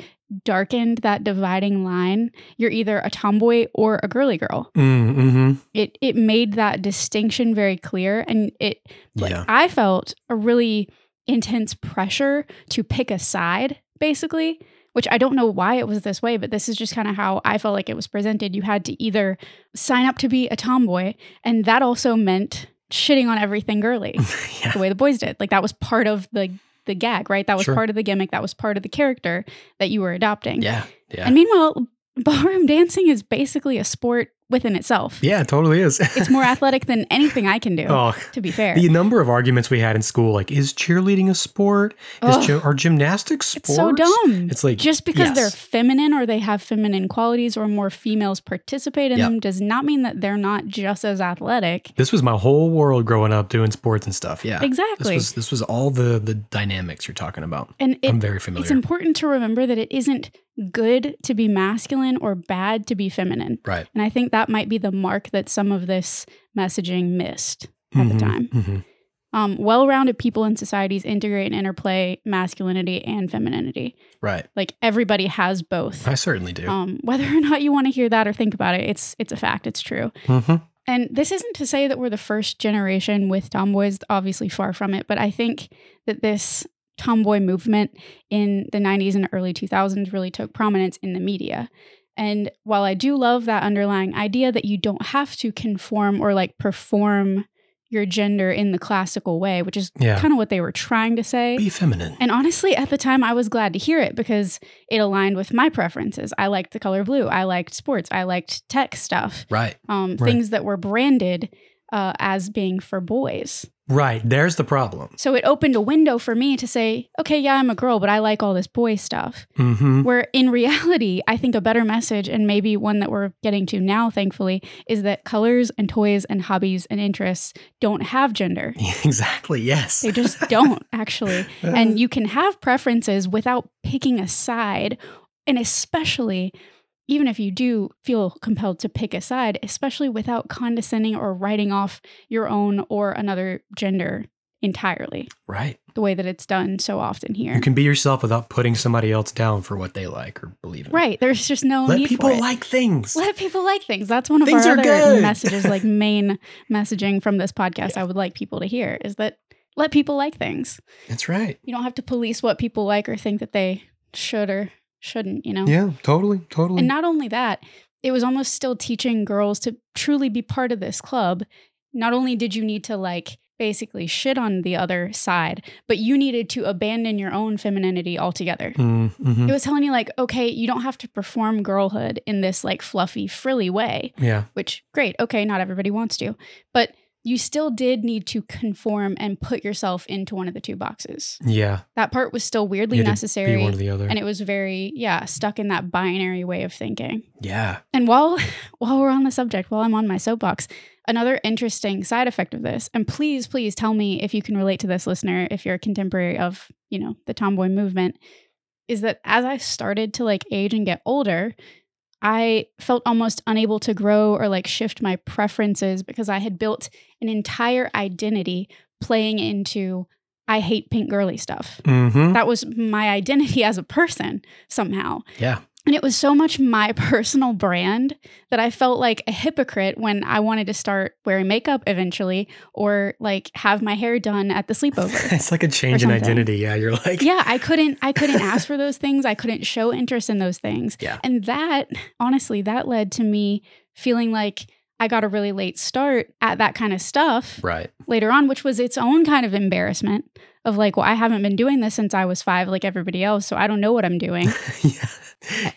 darkened that dividing line. You're either a tomboy or a girly girl. Mm, mhm. It it made that distinction very clear, and it like, Yeah. [LAUGHS] I felt a really intense pressure to pick a side, basically. Which I don't know why it was this way, but this is just kind of how I felt like it was presented. You had to either sign up to be a tomboy, and that also meant shitting on everything girly [LAUGHS] yeah. the way the boys did. Like that was part of the the gag, right? That was Sure. part of the gimmick. That was part of the character that you were adopting. Yeah. Yeah. And meanwhile, ballroom dancing is basically a sport within itself. yeah, it totally is. It's [LAUGHS] more athletic than anything I can do. oh, To be fair, the number of arguments we had in school, like, is cheerleading a sport? Ugh. Is gy- are gymnastics sports? it's so dumb. It's like just because yes. they're feminine or they have feminine qualities or more females participate in Yeah. them does not mean that they're not just as athletic. This was my whole world growing up doing sports and stuff. Yeah. This Exactly. was this was all the the dynamics you're talking about. and it, I'm very familiar. It's important to remember that it isn't good to be masculine or bad to be feminine. right. And I think that might be the mark that some of this messaging missed at the Mhm, time. mhm. Um, well rounded people in societies integrate and interplay masculinity and femininity. Right. Like everybody has both. I certainly do. Um, whether or not you want to hear that or think about it, it's it's a fact. It's true. hmm And this isn't to say that we're the first generation with tomboys, obviously far from it, but I think that this tomboy movement in the 90s and early 2000s really took prominence in the media. And while I do love that underlying idea that you don't have to conform or like perform your gender in the classical way, which is Yeah. kind of what they were trying to say. Be feminine. And honestly, at the time, I was glad to hear it because it aligned with my preferences. I liked the color blue. I liked sports. I liked tech stuff right. um, Right. things that were branded uh, as being for boys. Right. There's the problem. So it opened a window for me to say, okay, yeah, I'm a girl, but I like all this boy stuff. hmm Where in reality, I think a better message, and maybe one that we're getting to now, thankfully, is that colors and toys and hobbies and interests don't have gender. [LAUGHS] exactly. Yes. [LAUGHS] They just don't, actually. And you can have preferences without picking a side. And especially, even if you do feel compelled to pick a side, especially without condescending or writing off your own or another gender entirely, right. the way that it's done so often here. You can be yourself without putting somebody else down for what they like or believe in. right. There's just no Let need people for it. like things. [LAUGHS] Let people like things. That's one of Things our are other good. [LAUGHS] messages, like main messaging from this podcast. I would like people to hear is that let people like things. That's right. you don't have to police what people like or think that they should or shouldn't, you know? Yeah. Totally. Totally. And not only that, it was almost still teaching girls to truly be part of this club. Not only did you need to like basically shit on the other side, but you needed to abandon your own femininity altogether. Mm, mhm. It was telling you, like, okay, you don't have to perform girlhood in this like fluffy, frilly way Yeah. which great okay not everybody wants to but you still did need to conform and put yourself into one of the two boxes. Yeah. That part was still weirdly you had to necessary. Be one or the other. and it was very, yeah, stuck in that binary way of thinking. yeah. And while [LAUGHS] while we're on the subject, while I'm on my soapbox, another interesting side effect of this, and please, please tell me if you can relate to this listener, if you're a contemporary of, you know, the tomboy movement, is that as I started to like age and get older, I felt almost unable to grow or like shift my preferences because I had built an entire identity playing into I hate pink girly stuff. Mm-hmm. That was my identity as a person somehow. [LAUGHS] Yeah. [LAUGHS] And it was so much my [LAUGHS] personal brand that I felt like a hypocrite when I wanted to start wearing makeup eventually or like have my hair done at the [LAUGHS] sleepover. It's like a change in something. identity. Yeah. You're like, yeah, I couldn't I couldn't ask for those things. I couldn't show interest in those things. [LAUGHS] Yeah. And that honestly that led to me feeling like I got a really late start at that kind of stuff Right. later on, which was its own kind of embarrassment of like, well, I haven't been doing this since I was 5 like everybody else, so I don't know what I'm doing. yeah.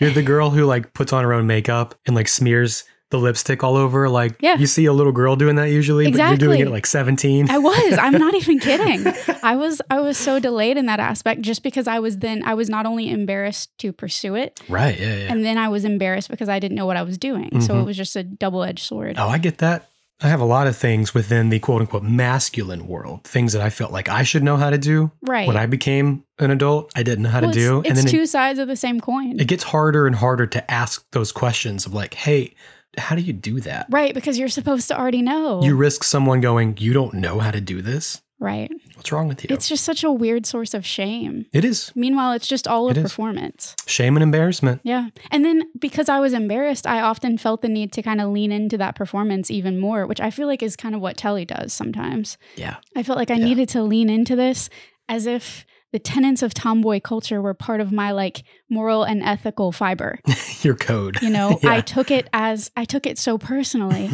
You're the girl who like puts on her own makeup and like smears the lipstick all over. Like Yeah. you see a little girl doing that usually, but you're doing it Exactly. at like 17. I was. [LAUGHS] I'm not even kidding. I was I was so delayed in that aspect just because I was then I was not only embarrassed to pursue it right. Yeah. Yeah. Mm-hmm. and then I was embarrassed because I didn't know what I was doing. So it was just a double-edged sword. Oh, I get that. I have a lot of things within the quote unquote masculine world, things that I felt like I should know how to do. right. When I became an adult, I didn't know how Well, to it's, do. it's and then two it, sides of the same coin. it gets harder and harder to ask those questions of like, hey, how do you do that? right, because you're supposed to already know. You risk someone going, you don't know how to do this. right. What's wrong with you? It's just such a weird source of shame. It is Meanwhile, it's just all a It is. performance. shame and embarrassment. [LAUGHS] Yeah. And then because I was embarrassed, I often felt the need to kind of lean into that performance even more, which I feel like is kind of what Telly does sometimes. Yeah. I felt like I Yeah. needed to lean into this as if the tenets of tomboy culture were part of my like moral and ethical fiber. Your code. You know, [LAUGHS] Yeah. I took it as I took it [LAUGHS] so personally.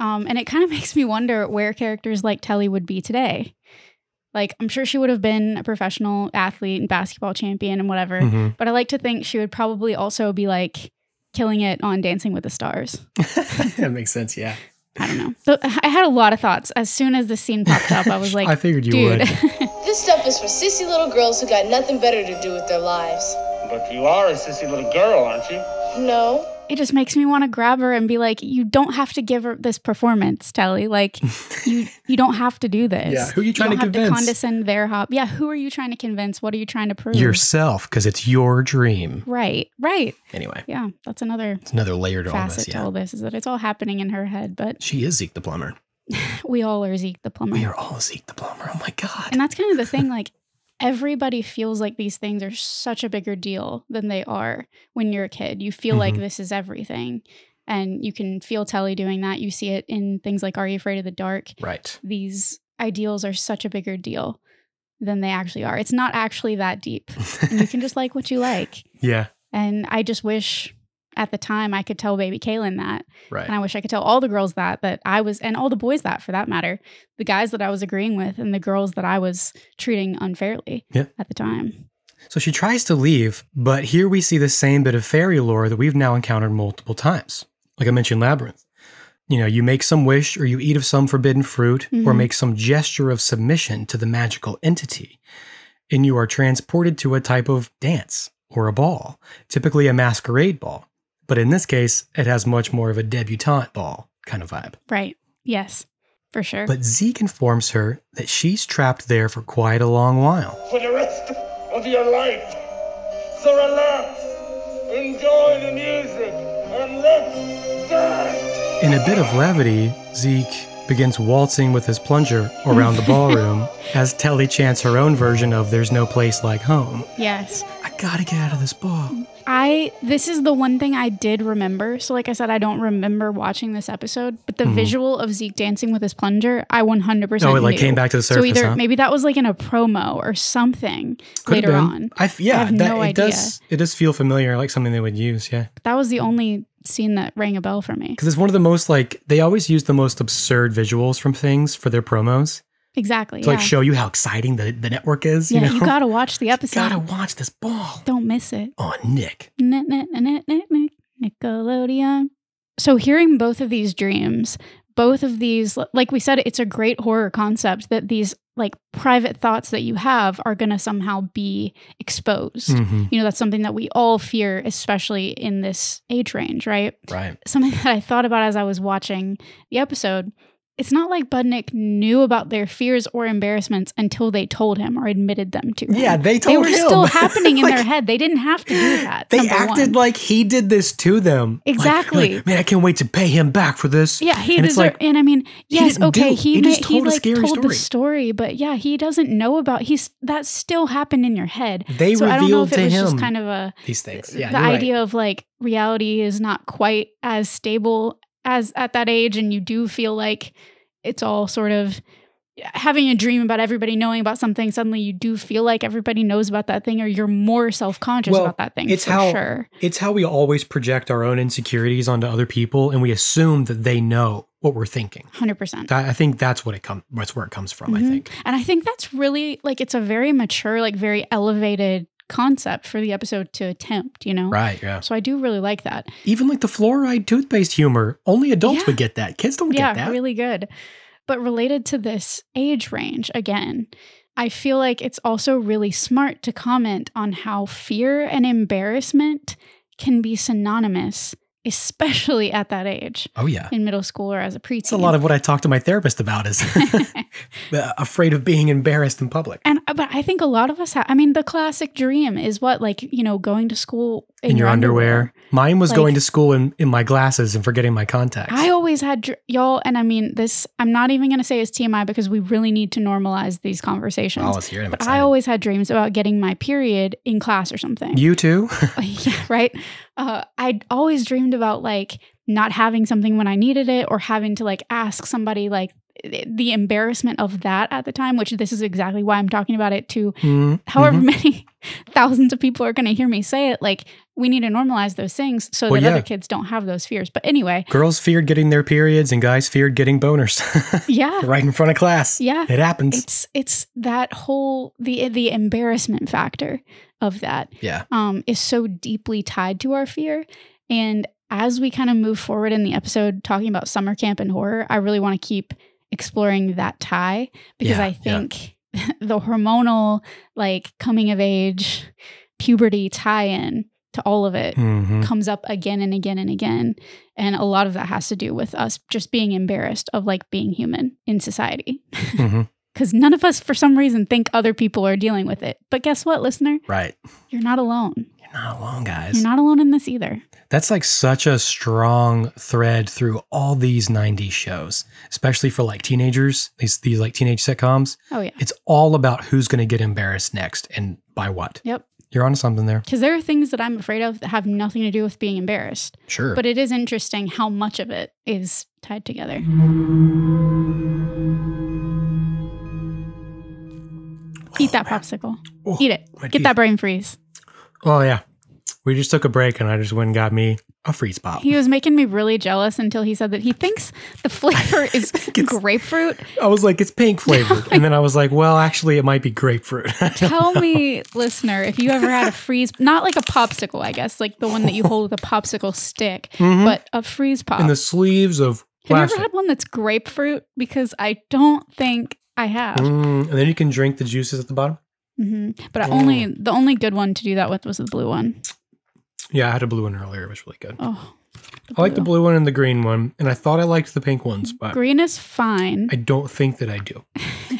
um, and it kind of makes me wonder where characters like Telly would be today. Like, I'm sure she would have been a professional athlete and basketball champion and whatever. Mhm. But I like to think she would probably also be like killing it on Dancing with the Stars. [LAUGHS] that makes sense. Yeah. I don't know. So I had a lot of thoughts. As soon as the scene popped up, I [LAUGHS] was like, I figured you dude. would. This stuff is for sissy little girls who got nothing better to do with their lives. But you are a sissy little girl, aren't you? No, [LAUGHS] it just makes me want to grab her and be like, you don't have to give her this performance, Telly. [LAUGHS] Like, you you don't have to do this. Yeah, who are you trying don't to have convince? To condescend their hop. Yeah, who are you trying to convince? What are you trying to prove? Yourself, because it's your dream. right, right. Anyway, Yeah, that's another it's another layer to all facet this. to Yeah. all this is that it's all happening in her head, but [LAUGHS] She is Zeke the plumber. we all are Zeke the plumber. We are all Zeke the plumber. Oh my God. Mm. And that's kind of the thing. Like everybody feels like these things are such a bigger deal than they are when you're a kid. You feel like Mhm. this is everything. And you can feel Telly doing that. You see it in things like Are You Afraid of the Dark? Right. These ideals are such a bigger deal than they actually are. It's not actually that deep. And you can just like what you like. [LAUGHS] yeah. And I just wish at the time I could tell baby Kaylin that. And I Right. wish I could tell all the girls that that I was and all the boys that for that matter, the guys that I was agreeing with and the girls that I was treating unfairly Yeah. at the time. So she tries to leave, but here we see the same bit of fairy lore that we've now encountered multiple times. Like I mentioned, Labyrinth. You know, you make some wish or you eat of some forbidden fruit or Mhm. make some gesture of submission to the magical entity, and you are transported to a type of dance or a ball, typically a masquerade ball. But in this case, it has much more of a debutante ball kind of vibe. Right. Yes. For sure. But Zeke informs her that she's trapped there for quite a long while. For the rest of your life. So relax, enjoy the music, and let's dance. In a bit of levity, Zeke begins waltzing with his plunger around the [LAUGHS] ballroom as Telly chants her own version of There's No Place Like Home. yes. I gotta get out of this ball. I this is the one thing I did remember. So like I said I don't remember watching this episode, but the Mhm. visual of Zeke dancing with his plunger, I 100% Oh, it like knew. came back to the surface. so either huh? maybe that was like in a promo or something Could have later been. on. I f- yeah, I have that, no it idea. does. It does feel familiar, like something they would use. Yeah, That was the only scene that rang a bell for me. because it's one of the most like they always use the most absurd visuals from things for their promos Exactly. to like yeah. show you how exciting the, the network is. yeah, you know, you gotta watch the episode. gotta watch this ball Don't miss it. on Nick. Nick, Nick, Nick, Nick, Nick, Nickelodeon. So hearing both of these dreams both of these like we said it's a great horror concept that these like private thoughts that you have are going to somehow be exposed Mhm. you know that's something that we all fear especially in this age range right Right. something [LAUGHS] that i thought about as i was watching the episode it's not like budnick knew about their fears or embarrassments until they told him or admitted them to him Yeah, they told they were Oh, him. still [LAUGHS] happening in their Like, head they didn't have to do that They number acted one. like he did this to them. Like, Exactly. like, Man, I can't wait to pay him back for this. Yeah, he And deserves. it's like, and I mean, yes, didn't do okay, it. he He may- just told a like scary told story. the story, but yeah, he doesn't know about. He's that still happened in your head. They so I don't know revealed if it to was just him kind of a these things. Yeah, the you're right. idea of like reality is not quite as stable as at that age, and you do feel like it's all sort of having a dream about everybody knowing about something. Suddenly, you do feel like everybody knows about that thing, or you're more self conscious Well, about that thing. it's for how- sure. It's how we always project our own insecurities onto other people, and we assume that they know what we're thinking. Hundred percent. That, I think that's what it comes. That's where it comes from. I Mhm. think. And I think that's really like it's a very mature, like very elevated concept for the episode to attempt, you know? Right. Yeah. So I do really like that. Even like the fluoride toothpaste humor, only adults Yeah. would get that. Kids don't yeah, get that. really good. But related to this age range, again, I feel like it's also really smart to comment on how fear and embarrassment can be synonymous, especially at that age Oh yeah. in middle school or as a preteen. That's a lot of what I talk to my therapist about [LAUGHS] is [LAUGHS] afraid of being embarrassed in public. And uh, but I think a lot of us have. I mean, the classic dream is what, like you know, going to school in, in your underwear. Mine was Like- going to school in, in my glasses and forgetting my contacts. I always had dr- y'all, and I mean this. I'm not even going to say it's TMI because we really need to normalize these conversations. Oh, let's hear it. I'm but I excited. always had dreams about getting my period in class or something. [LAUGHS] You too? yeah, right. Uh, I always dreamed about like not having something when I needed it or having to like ask somebody like th- the embarrassment of that at the time, which this is exactly why I'm talking about it to Mm, however mhm. many [LAUGHS] thousands of people are going to hear me say it like we need to normalize those things so Well, that yeah. other kids don't have those fears but anyway Mm-hmm. Girls feared getting their periods and guys feared getting boners [LAUGHS] yeah right in front of class. yeah It happens. it's it's that whole the the embarrassment factor of that yeah. um is so deeply tied to our fear and as we kind of move forward in the episode talking about summer camp and horror i really want to keep exploring that tie because Yeah, i yeah. think [LAUGHS] the hormonal like coming of age puberty tie in to all of it [LAUGHS] Mhm. comes up again and again and again. And a lot of that has to do with us just being embarrassed of like being human in society. Mhm. Because none of us, for some reason, think other people are dealing with it. But guess what, listener? Right. You're not alone. You're not alone, You're guys. not alone in this either. That's like such a strong thread through all these 90s shows, especially for like teenagers, these, these like teenage sitcoms. Oh, yeah. It's all about who's going to get embarrassed next and by what. Yep. You're onto something there. Because there are things that I'm afraid of that have nothing to do with being embarrassed. Sure. But it is interesting how much of it is tied together. Eat that popsicle. Oh, Eat it. my Get teeth. that brain freeze. Oh yeah. We just took a break and I just went and got me a freeze pop. He was making me really jealous until he said that he thinks [LAUGHS] the flavor is grapefruit. I was like, it's pink flavored. and then I was like, well, actually it might be grapefruit. [LAUGHS] Tell me, listener, if you ever had a freeze, not like a popsicle, I guess, like the one that you hold with a popsicle stick, Mhm. but a freeze pop. In the sleeves of have you plastic. ever had one that's grapefruit? Because I don't think I have. Mm, and then you can drink the juices at the bottom. hmm But I only the only good one to do that with was the blue one. Yeah, I had a blue one earlier. It was really good. Oh, I like the blue one and the green one, and I thought I liked the pink ones, but green is fine. I don't think that I [LAUGHS] do.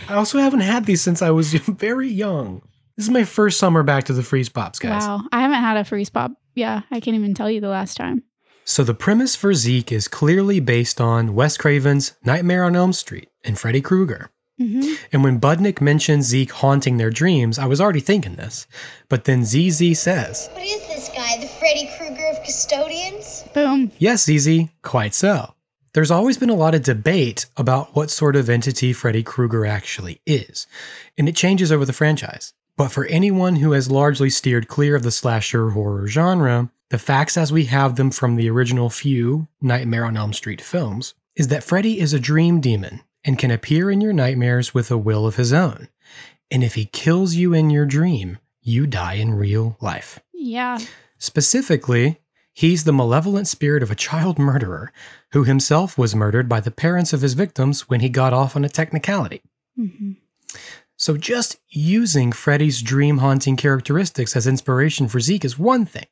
I also haven't had these since I was [LAUGHS] very young. This is my first summer back to the freeze pops, guys. Wow, I haven't had a freeze pop. Yeah, I can't even tell you the last time. So the premise for Zeke is clearly based on Wes Craven's Nightmare on Elm Street and Freddy Krueger. hmm And when Budnick mentions Zeke haunting their dreams, I was already thinking this. But then ZZ says, What is this guy, the Freddy Krueger of custodians? Boom. Yes, ZZ, quite so. There's always been a lot of debate about what sort of entity Freddy Krueger actually is, and it changes over the franchise. But for anyone who has largely steered clear of the slasher horror genre, the facts as we have them from the original few Nightmare on Elm Street films is that Freddy is a dream demon and can appear in your nightmares with a will of his own. And if he kills you in your dream, you die in real life. Yeah. Specifically, He's the malevolent spirit of a child murderer who himself was murdered by the parents of his victims when he got off on a technicality. hmm So, just using Freddy's dream haunting characteristics as inspiration for Zeke is one thing,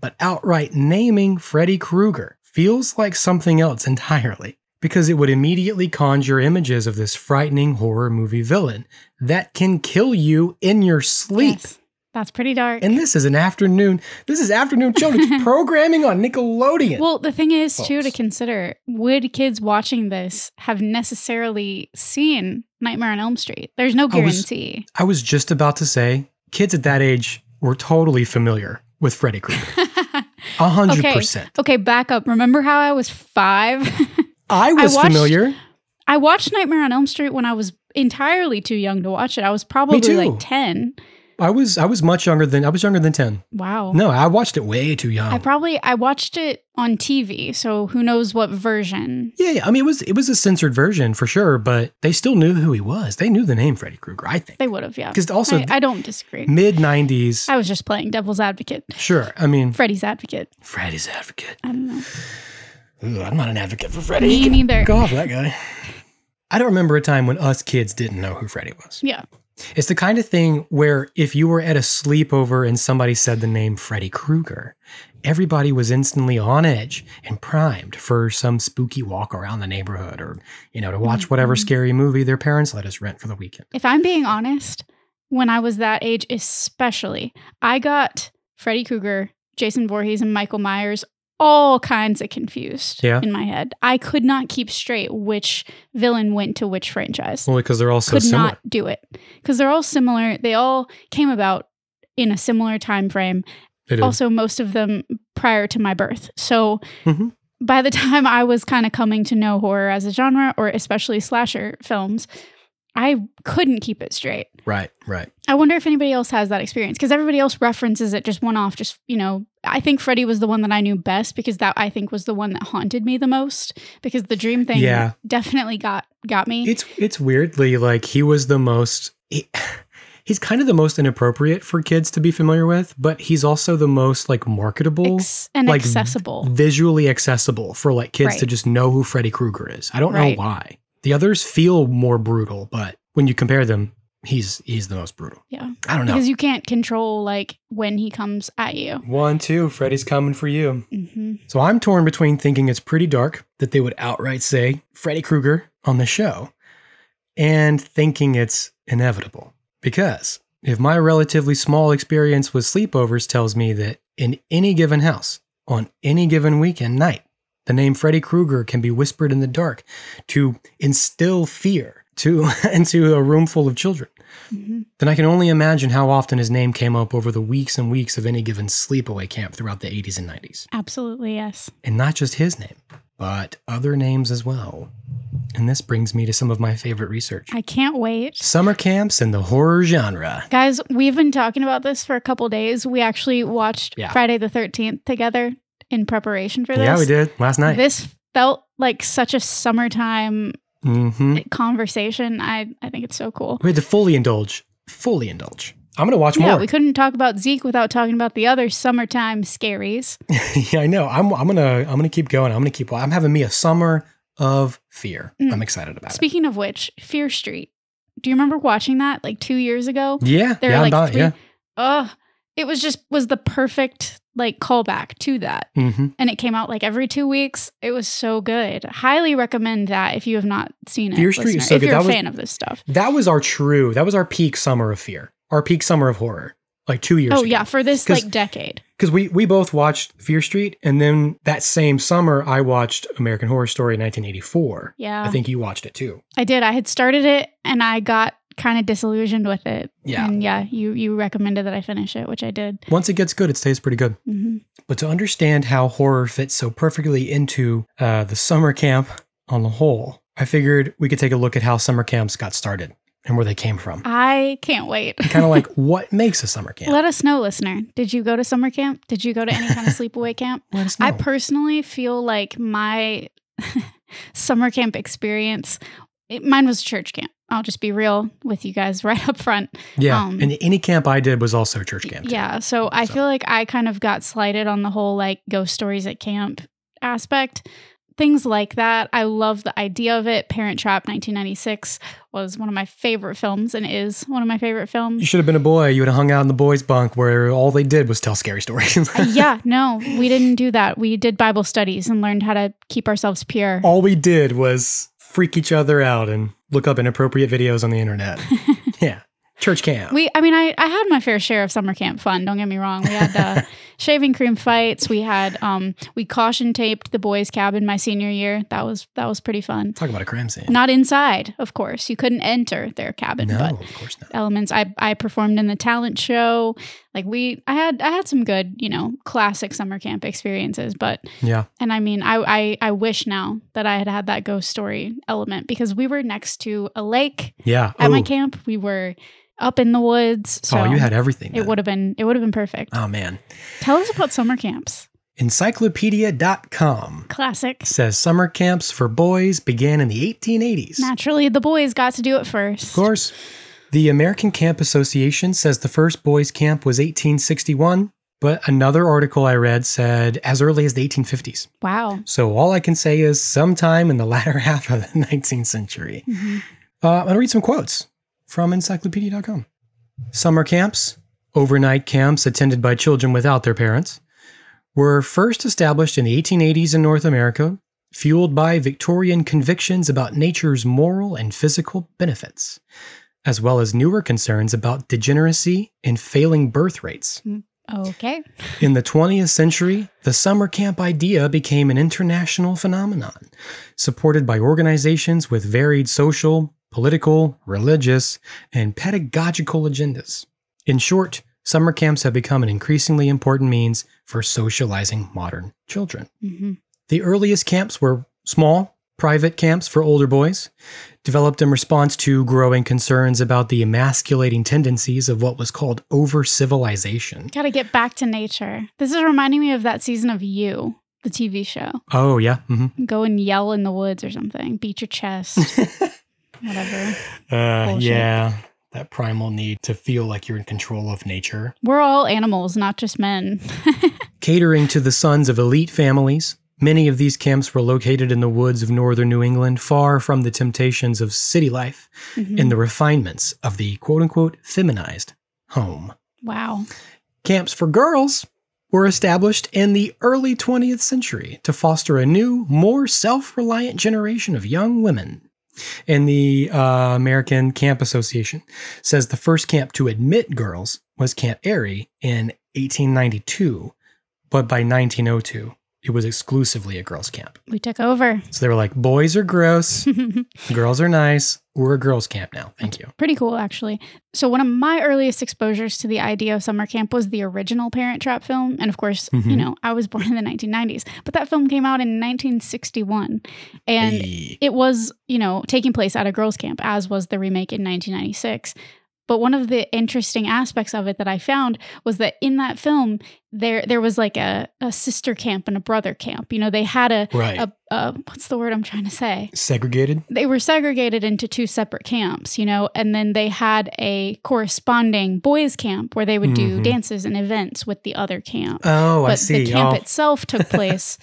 but outright naming Freddy Krueger feels like something else entirely, because it would immediately conjure images of this frightening horror movie villain that can kill you in your sleep. Yes. That's pretty dark. And this is an afternoon, this is afternoon [LAUGHS] children's programming on Nickelodeon. Well, the thing is, too, to Folks. consider would kids watching this have necessarily seen Nightmare on Elm Street? There's no I was- guarantee. I was just about to say, kids at that age were totally familiar with Freddy [LAUGHS] Krueger. A hundred okay. percent. Okay, back up. Remember how I was five? [LAUGHS] I was watched- familiar. I watched Nightmare on Elm Street when I was entirely too young to watch it. I was too. probably like 10. I was I was much younger than I was younger than ten. Wow. No, I watched it way too young. I probably I watched it on TV, so who knows what version. yeah, yeah, I mean it was it was a censored version for sure, but they still knew who he was. They knew the name Freddy Krueger, I think. They would have, yeah. 'Cause also I, I don't disagree. Mid nineties. I was just playing devil's advocate. Sure. I mean Freddy's advocate. Freddy's advocate. I don't know. Ooh, I'm not an advocate for Freddy. Me He can neither. Go off that guy. I don't remember a time when us kids didn't know who Freddy was. Yeah. It's the kind of thing where if you were at a sleepover and somebody said the name Freddy Krueger, everybody was instantly on edge and primed for some spooky walk around the neighborhood or, you know, to Mm-hmm. watch whatever scary movie their parents let us rent for the weekend. If I'm being honest, when I was that age, especially, I got Freddy Krueger, Jason Voorhees, and Michael Myers all kinds of confused Yeah. in my head. I could not keep straight which villain went to which franchise. Only because they're all so could similar. not do it because they're all similar. They all came about in a similar time frame. They did. also most of them prior to my birth. So Mhm. by the [LAUGHS] time I was kind of coming to know horror as a genre, or especially slasher films, I couldn't keep it straight. right, right. I wonder if anybody else has that experience because everybody else references it just one off. Just you know, I think Freddy was the one that I knew best because that I think was the one that haunted me the most because the dream thing Yeah. definitely got got me. It's it's weirdly like he was the most he, [SIGHS] he's kind of the most inappropriate for kids to be familiar with, but he's also the most like marketable. Ex- and like, accessible. visually accessible for like kids to Right. just know who Freddy Krueger is. I don't Right. know why. The others feel more brutal, but when you compare them, he's he's the most brutal. yeah, I don't know. because you can't control like when he comes at you. One, two, Freddy's coming for you. hmm So I'm torn between thinking it's pretty dark that they would outright say Freddy Krueger on the show and thinking it's inevitable. Because if my relatively small experience with sleepovers tells me that in any given house, on any given weekend night, the name Freddy Krueger can be whispered in the dark to instill fear to [LAUGHS] into a room full of children. Mm-hmm. Then I can only imagine how often his name came up over the weeks and weeks of any given sleepaway camp throughout the 80s and 90s Absolutely yes. and not just his name, but other names as well. And this brings me to some of my favorite research I can't wait. summer camps and the horror genre. Guys, we've been talking about this for a couple days. We actually watched Yeah. Friday the 13th together in preparation for this. Yeah, we did last night. This felt like such a summertime hmm conversation. I, I think it's so cool. We had to fully indulge, fully indulge. I'm gonna watch yeah, more. we couldn't talk about Zeke without talking about the other summertime scaries. [LAUGHS] yeah, I know. I'm, I'm gonna I'm gonna keep going. I'm gonna keep. I'm having me a summer of fear. Mm. I'm excited about Speaking of which, Fear Street. Do you remember watching that like two years ago? it. Yeah, There yeah, are I'm like not- three. yeah. Ugh. It was just was the perfect like callback to that. hmm and it came out like every two weeks. It was so good. Highly recommend that if you have not seen it. Fear Street is listener, so if good. you're a That was- fan of this stuff. That was our true. That was our peak summer of fear. Our peak summer of horror. Like two years. Oh ago. yeah, for this 'Cause- like decade. because we we both watched Fear Street, and then that same summer I watched American Horror Story in 1984. Yeah. I think you watched it too. I did. I had started it and I got kind of disillusioned with it. Yeah. And yeah, you you recommended that I finish it, which I did. Once it gets good, it stays pretty good. hmm But to understand how horror fits so perfectly into uh, the summer camp on the whole, I figured we could take a look at how summer camps got started and where they came from. [LAUGHS] I can't wait. [LAUGHS] kind of like what makes a summer camp. Uh, Let us know, listener. Did you go to summer camp? Did you go to any kind of [LAUGHS] sleepaway camp? Let us I know. personally feel [LAUGHS] like my summer camp experience, it, mine was church camp. I'll just be real with you guys [LAUGHS] right up front. Yeah. Um, and any camp I did was also church camp. too. Yeah. So I So- feel like I kind of got slighted on the whole like ghost stories at camp aspect. Things like that. I love the idea of it. Parent Trap 1996 was one of my favorite films and is one of my favorite You [LAUGHS] films. should have been a boy. You would have hung out in the boys' bunk where all they did was tell scary stories. Uh, [LAUGHS] yeah, no, we didn't do that. We did Bible studies and learned how to keep ourselves pure. all we did was freak each other out and look up inappropriate videos on the [LAUGHS] internet. yeah. Church camp. We, I mean, I, I had my fair share of summer camp fun. Don't get me wrong. We [LAUGHS] had uh, shaving cream fights. We had, um, we caution taped the boys' cabin my senior year. That was that was pretty fun. Talk about a crime scene. Not inside, of course. You couldn't enter their cabin, no, but of course not. elements. I I performed in the talent show. Like we, I had I had some good, you know, classic summer camp experiences. But Yeah. and I mean, I I, I wish now that I had had that ghost story element because we were next to a lake Yeah. at my Ooh. camp. We were up in the woods. So oh, you had everything. it then. would have been it would have been perfect. Oh, man. Tell us about summer camps. Encyclopedia.com Classic. says summer camps for boys began in the 1880s. Naturally, the boys got to do it first. Of course. The American Camp Association says the first boys' camp was 1861, but another article I read said as early as the 1850s. Wow. So all I can say is sometime in the [LAUGHS] latter half of the 19th century. Mhm. Uh, I'm going to read some quotes from encyclopedia.com. Summer camps, overnight camps attended by children without their parents, were first established in the 1880s in North America, fueled by Victorian convictions about nature's moral and physical benefits, as well as newer concerns about degeneracy and failing birth rates. Okay. In the 20th century, the summer camp idea became an international phenomenon, supported by organizations with varied social, political, religious, and pedagogical agendas. In short, summer camps have become an increasingly important means for socializing modern children. hmm The earliest camps were small, private camps for older boys, developed in response to growing concerns about the emasculating tendencies of what was called over civilization. Got to get back to nature. This is reminding me of that season of You, the TV show. Oh, yeah. hmm Go and yell in the woods or something. Beat your [LAUGHS] chest. Whatever. Uh, Bullshit. yeah, that primal need to feel like you're in control of nature. We're all animals, not just men. [LAUGHS] Catering to the sons of elite families, many of these camps were located in the woods of northern New England, far from the temptations of city life Mhm. and the refinements of the quote unquote feminized home. wow. Camps for girls were established in the early 20th century to foster a new, more self reliant generation of young women. And the uh, American Camp Association says the first camp to admit girls was Camp Airy in 1892, but by 1902, it was exclusively a girls' camp. We took over. [LAUGHS] So they were like, boys are gross, girls are nice, we're a girls' camp now. Thank you. Pretty cool, actually. So, one of my earliest exposures to the idea of summer camp was the original Parent Trap film. And of course, Mhm. you know, I was born [LAUGHS] in the 1990s, but that film came out in 1961. And Hey. it was, you know, taking place at a girls' camp, as was the remake in 1996. But one of the interesting aspects of it that I found was that in that film, there there was like a, a sister camp and a brother camp. You know, they had a, Right. a, a what's the word I'm trying to say? Segregated? they were segregated into two separate camps, you know, and then they had a corresponding boys' camp where they would do Mhm. dances and events with the other camp. Oh, but I see. the camp Oh. [LAUGHS] itself took place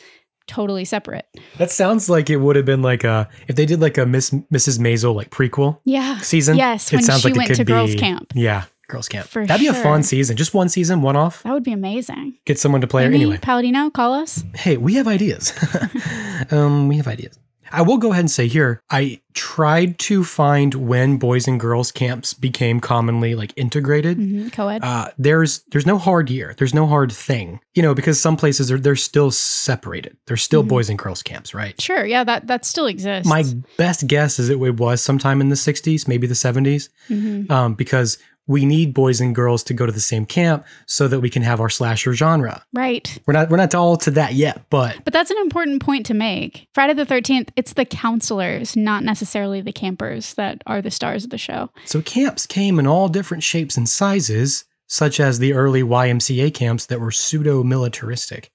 totally separate. That sounds like it would have been like a if they did like a Miss Mrs. Maisel like prequel Yeah. season. Yes, it when sounds she like it went could to be, girls' camp. Yeah, girls camp. For That'd be a fun sure. season, just one season, one off. That would be amazing. Get someone to play. her Amy Anyway, Uh, Palladino, call us. hey, we have ideas. [LAUGHS] um, we have ideas. I will go ahead and say here, I tried to find when boys and girls camps became commonly like integrated. hmm co-ed. Uh, there's there's no hard year. There's no hard thing. You know, because some places are they're still separated. They're still Mhm. boys and girls camps, right? sure. Yeah, that, that still exists. My best guess is it was sometime in the 60s, maybe the 70s, Mhm. um, because we need boys and girls to go to the same camp so that we can have our slasher genre. Right. We're not we're not all to that yet, but But that's an important point to make. Friday the 13th, it's the counselors, not necessarily the campers, that are the stars of the show. so camps came in all different shapes and sizes, such as the early YMCA camps that were pseudo militaristic.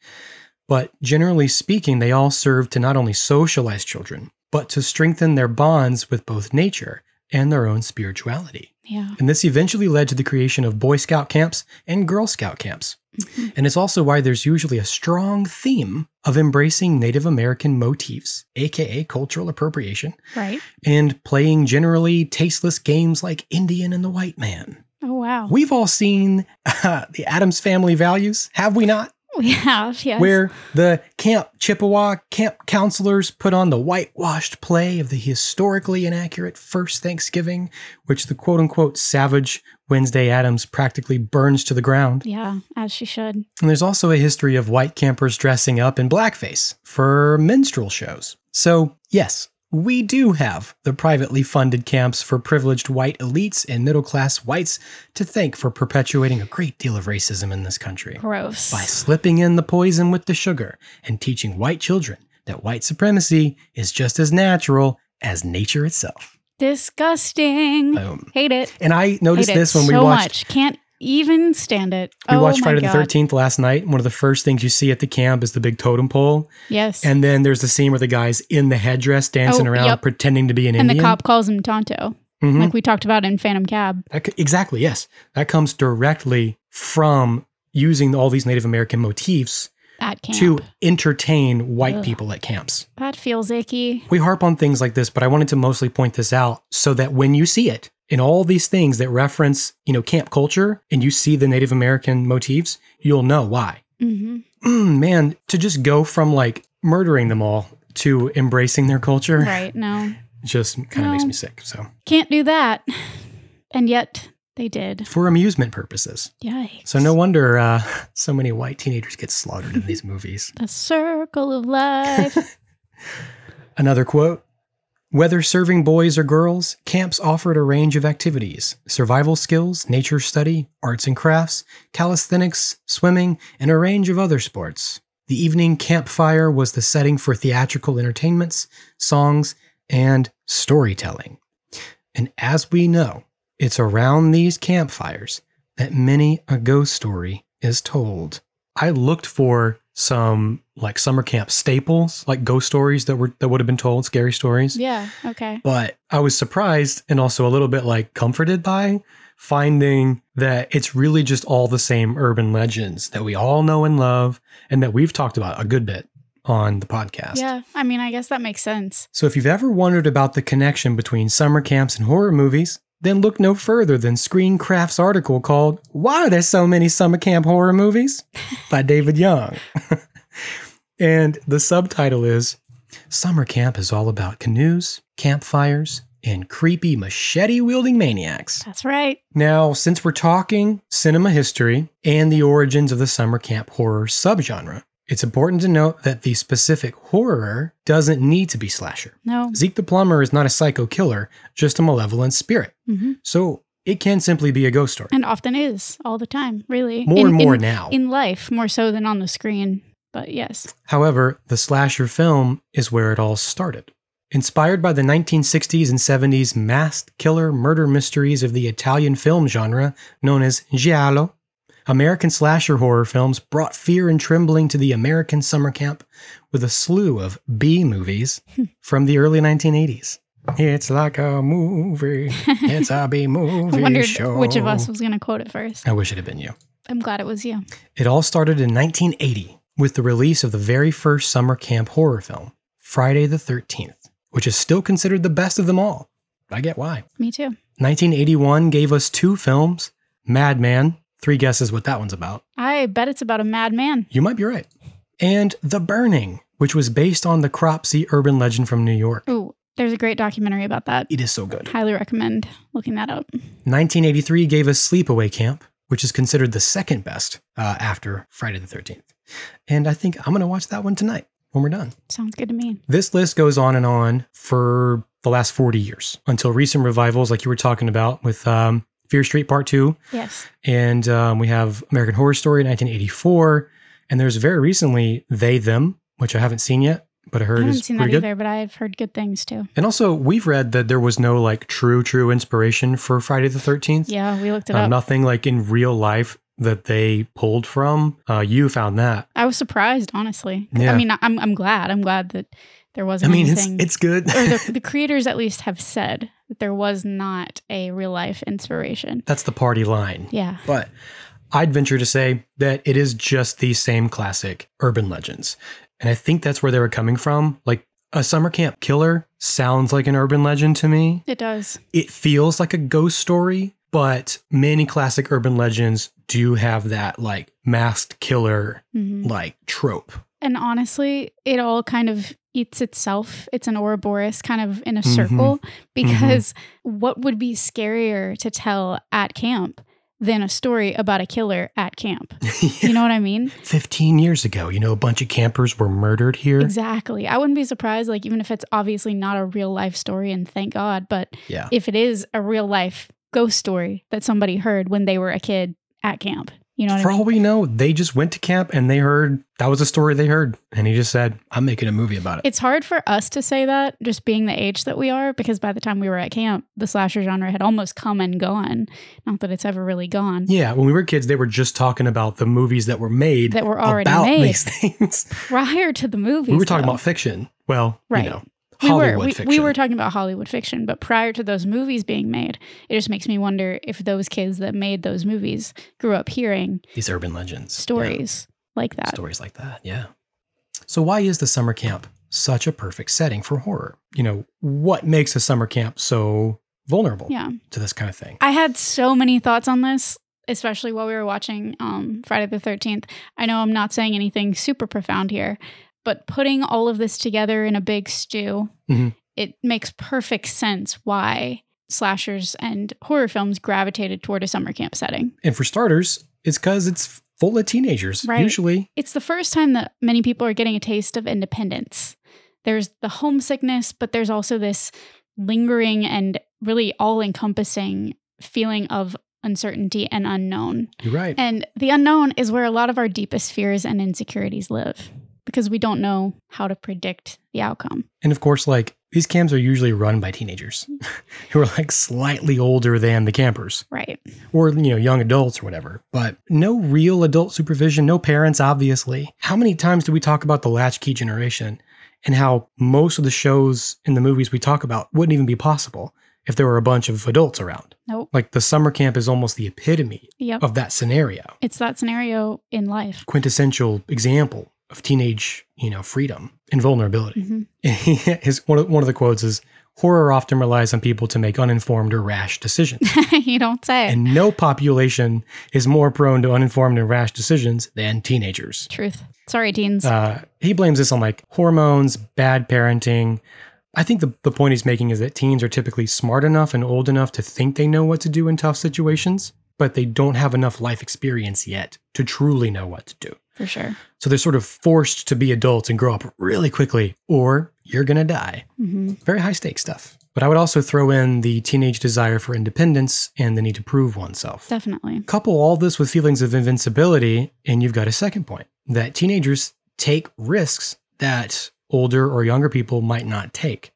But generally speaking, they all served to not only socialize children, but to strengthen their bonds with both nature and their own spirituality. Yeah. And this eventually led to the creation of Boy Scout camps and Girl Scout camps. mm-hmm, And it's also why there's usually a strong theme of embracing Native American motifs, aka cultural appropriation, Right. and playing generally tasteless games like Indian and the White Man. Oh wow. We've all seen [LAUGHS] uh, the Adams Family Values, have we not? [LAUGHS] We have yes. where the Camp Chippewa camp counselors put on the whitewashed play of the historically inaccurate first Thanksgiving, which the quote unquote savage Wednesday Adams practically burns to the ground. Yeah, as she should. And there's also a history of white campers dressing up in blackface for minstrel shows. So, yes, we do have the privately funded camps for privileged white elites and middle class whites to thank for perpetuating a great deal of racism in this country Gross. by slipping in the poison with the sugar and teaching white children that white supremacy is just as natural as nature itself. Disgusting. Boom. Hate it. And I noticed Hate it Oh. this when we so watched much. Can't even stand it. we oh watched my Friday God. the 13th last night. One of the first things you see at the camp is the big totem pole. Yes. And then there's the scene where the guy's in the headdress dancing Oh, around yep. pretending to be an and Indian. the cop calls him Tonto, Mhm. like we talked about in Phantom Cab. That c- exactly, yes. That comes directly from using all these Native American motifs That camp. to entertain white Ugh. people at camps. That feels icky. We harp on things like this, but I wanted to mostly point this out so that when you see it in all these things that reference, you know, camp culture and you see the Native American motifs, you'll know why. [CLEARS THROAT] Mm-hmm. Mm, man, to just go from like murdering them all to embracing their culture Right. No. just kind of makes No. me sick. So, Can't do that. And yet they did. for amusement purposes. Yikes. So, no wonder uh, [LAUGHS] so many white teenagers get slaughtered in these movies. The circle [LAUGHS] of life. Another quote Whether serving boys or girls, camps offered a range of activities survival skills, nature study, arts and crafts, calisthenics, swimming, and a range of other sports. The evening campfire was the setting for theatrical entertainments, songs, and storytelling. And as we know, it's around these campfires that many a ghost story is told. I looked for some like summer camp staples, like ghost stories that were that would have been told, scary stories. yeah. Okay. But I was surprised and also a little bit like comforted by finding that it's really just all the same urban legends that we all know and love and that we've talked about a good bit on the podcast. Yeah. I mean, I guess that makes sense. So if you've ever wondered about the connection between summer camps and horror movies, then look no further than Screencraft's article called Why Are There So Many Summer Camp Horror Movies? by David Young. [LAUGHS] and the subtitle is Summer Camp is all about canoes, campfires, and creepy machete wielding maniacs. That's right. Now, since we're talking cinema history and the origins of the summer camp horror subgenre, it's important to note that the specific horror doesn't need to be slasher. No. Zeke the Plumber is not a psycho killer, just a malevolent spirit. Mm-hmm. So it can simply be a ghost story. And often is all the time, really. More In- and more in, now. In life, more so than on the screen. But yes. However, the slasher film is where it all started. Inspired by the 1960s and 70s masked killer murder mysteries of the Italian film genre, known as Giallo, American slasher horror films brought fear and trembling to the American summer camp with a slew of B [LAUGHS] movies from the early 1980s. It's like a [LAUGHS] movie. It's a B movie I wondered show. which of us was going to quote it first. I wish it had been you. I'm glad it was you. It all started in 1980 with the release of the very first summer camp horror film, Friday the 13th, which is still considered the best of them all. I get why. Me too. 1981 gave us two films Madman, three guesses what that one's about. I bet it's about a madman. You might be right. And The Burning, which was based on the Cropsey urban legend from New York. Ooh, there's a great documentary about that. It is so good. Highly recommend looking that up. 1983 gave us Sleepaway Camp, which is considered the second best uh, after Friday the 13th. And I think I'm going to watch that one tonight when we're done. Sounds good to me. This list goes on and on for the last 40 years until recent revivals, like you were talking about with um, Fear Street Part 2. Yes. And um, we have American Horror Story 1984. And there's very recently They Them, which I haven't seen yet, but I I heard haven't is seen that pretty good. either, but I've heard good things too. And also, we've read that there was no like true, true inspiration for Friday the 13th. Yeah, we looked it Uh, up. nothing like in real life that they pulled from. Uh, you found that. I was surprised, honestly. Yeah. I mean, I- I'm, I'm glad. I'm glad that there I wasn't mean, it's, anything. it's good. or the, the creators at least have said that there was not a real life inspiration. [LAUGHS] That's the party line. Yeah. But I'd venture to say that it is just these same classic urban legends. And I think that's where they were coming from. Like a summer camp killer sounds like an urban legend to me. It does. It feels like a ghost story, but many classic urban legends do have that like masked killer Mhm. like trope. And honestly, it all kind of eats itself. It's an Ouroboros kind of in a circle because what would be scarier to tell at camp than a story about a killer at camp? [LAUGHS] You know what I mean? 15 years ago, you know, a bunch of campers were murdered here. Exactly. I wouldn't be surprised, like, even if it's obviously not a real life story, and thank God, but Yeah. if it is a real life ghost story that somebody heard when they were a kid at camp, you know what For I mean? all we know, they just went to camp and they heard that was a story they heard. And he just said, I'm making a movie about it. It's hard for us to say that just being the age that we are, because by the time we were at camp, the slasher genre had almost come and gone. Not that it's ever really gone. yeah. When we were kids, they were just talking about the movies that were made That were already about made. these [LAUGHS] things. [LAUGHS] Prior to the movies, we were talking though. about fiction. Well, Right. you know, we Hollywood were we, fiction. we were talking about Hollywood fiction, but prior to those movies being made, it just makes me wonder if those kids that made those movies grew up hearing these urban legends. Yeah. stories like that. Stories like that. Yeah. So, why is the summer camp such a perfect setting for horror? You know, what makes a summer camp so vulnerable Yeah, to this kind of thing? I had so many thoughts on this, especially while we were watching um, Friday the Thirteenth. I know I'm not saying anything super profound here, but putting all of this together in a big stew, Mhm. it makes perfect sense why slashers and horror films gravitated toward a summer camp setting. And for starters, it's because it's full of teenagers, Right. usually. it's the first time that many people are getting a taste of independence. There's the homesickness, but there's also this lingering and really all encompassing feeling of uncertainty and unknown. You're right. And the unknown is where a lot of our deepest fears and insecurities live because we don't know how to predict the outcome. And of course, like these camps are usually run by teenagers [LAUGHS] who are like slightly older than the campers Right. or, you know, young adults or whatever, but no real adult supervision, no parents, obviously. How many times do we talk about the latchkey generation and how most of the shows and the movies we talk about wouldn't even be possible if there were a bunch of adults around? Nope. Like the summer camp is almost the epitome Yep. of that scenario, It's that scenario in life. quintessential example of teenage, you know, freedom and vulnerability. [LAUGHS] hmm his one of, one of the quotes is horror often relies on people to make uninformed or rash decisions [LAUGHS] you don't say. and no population is more prone to uninformed and rash decisions than teenagers Truth. Sorry, teens. uh, he blames this on like hormones bad parenting i think the, the point he's making is that teens are typically smart enough and old enough to think they know what to do in tough situations but they don't have enough life experience yet to truly know what to do for sure. so they're sort of forced to be adults and grow up really quickly or you're gonna die hmm very high stakes stuff. But I would also throw in the teenage desire for independence and the need to prove oneself. Definitely. Couple all this with feelings of invincibility, and you've got a second point that teenagers take risks that older or younger people might not take.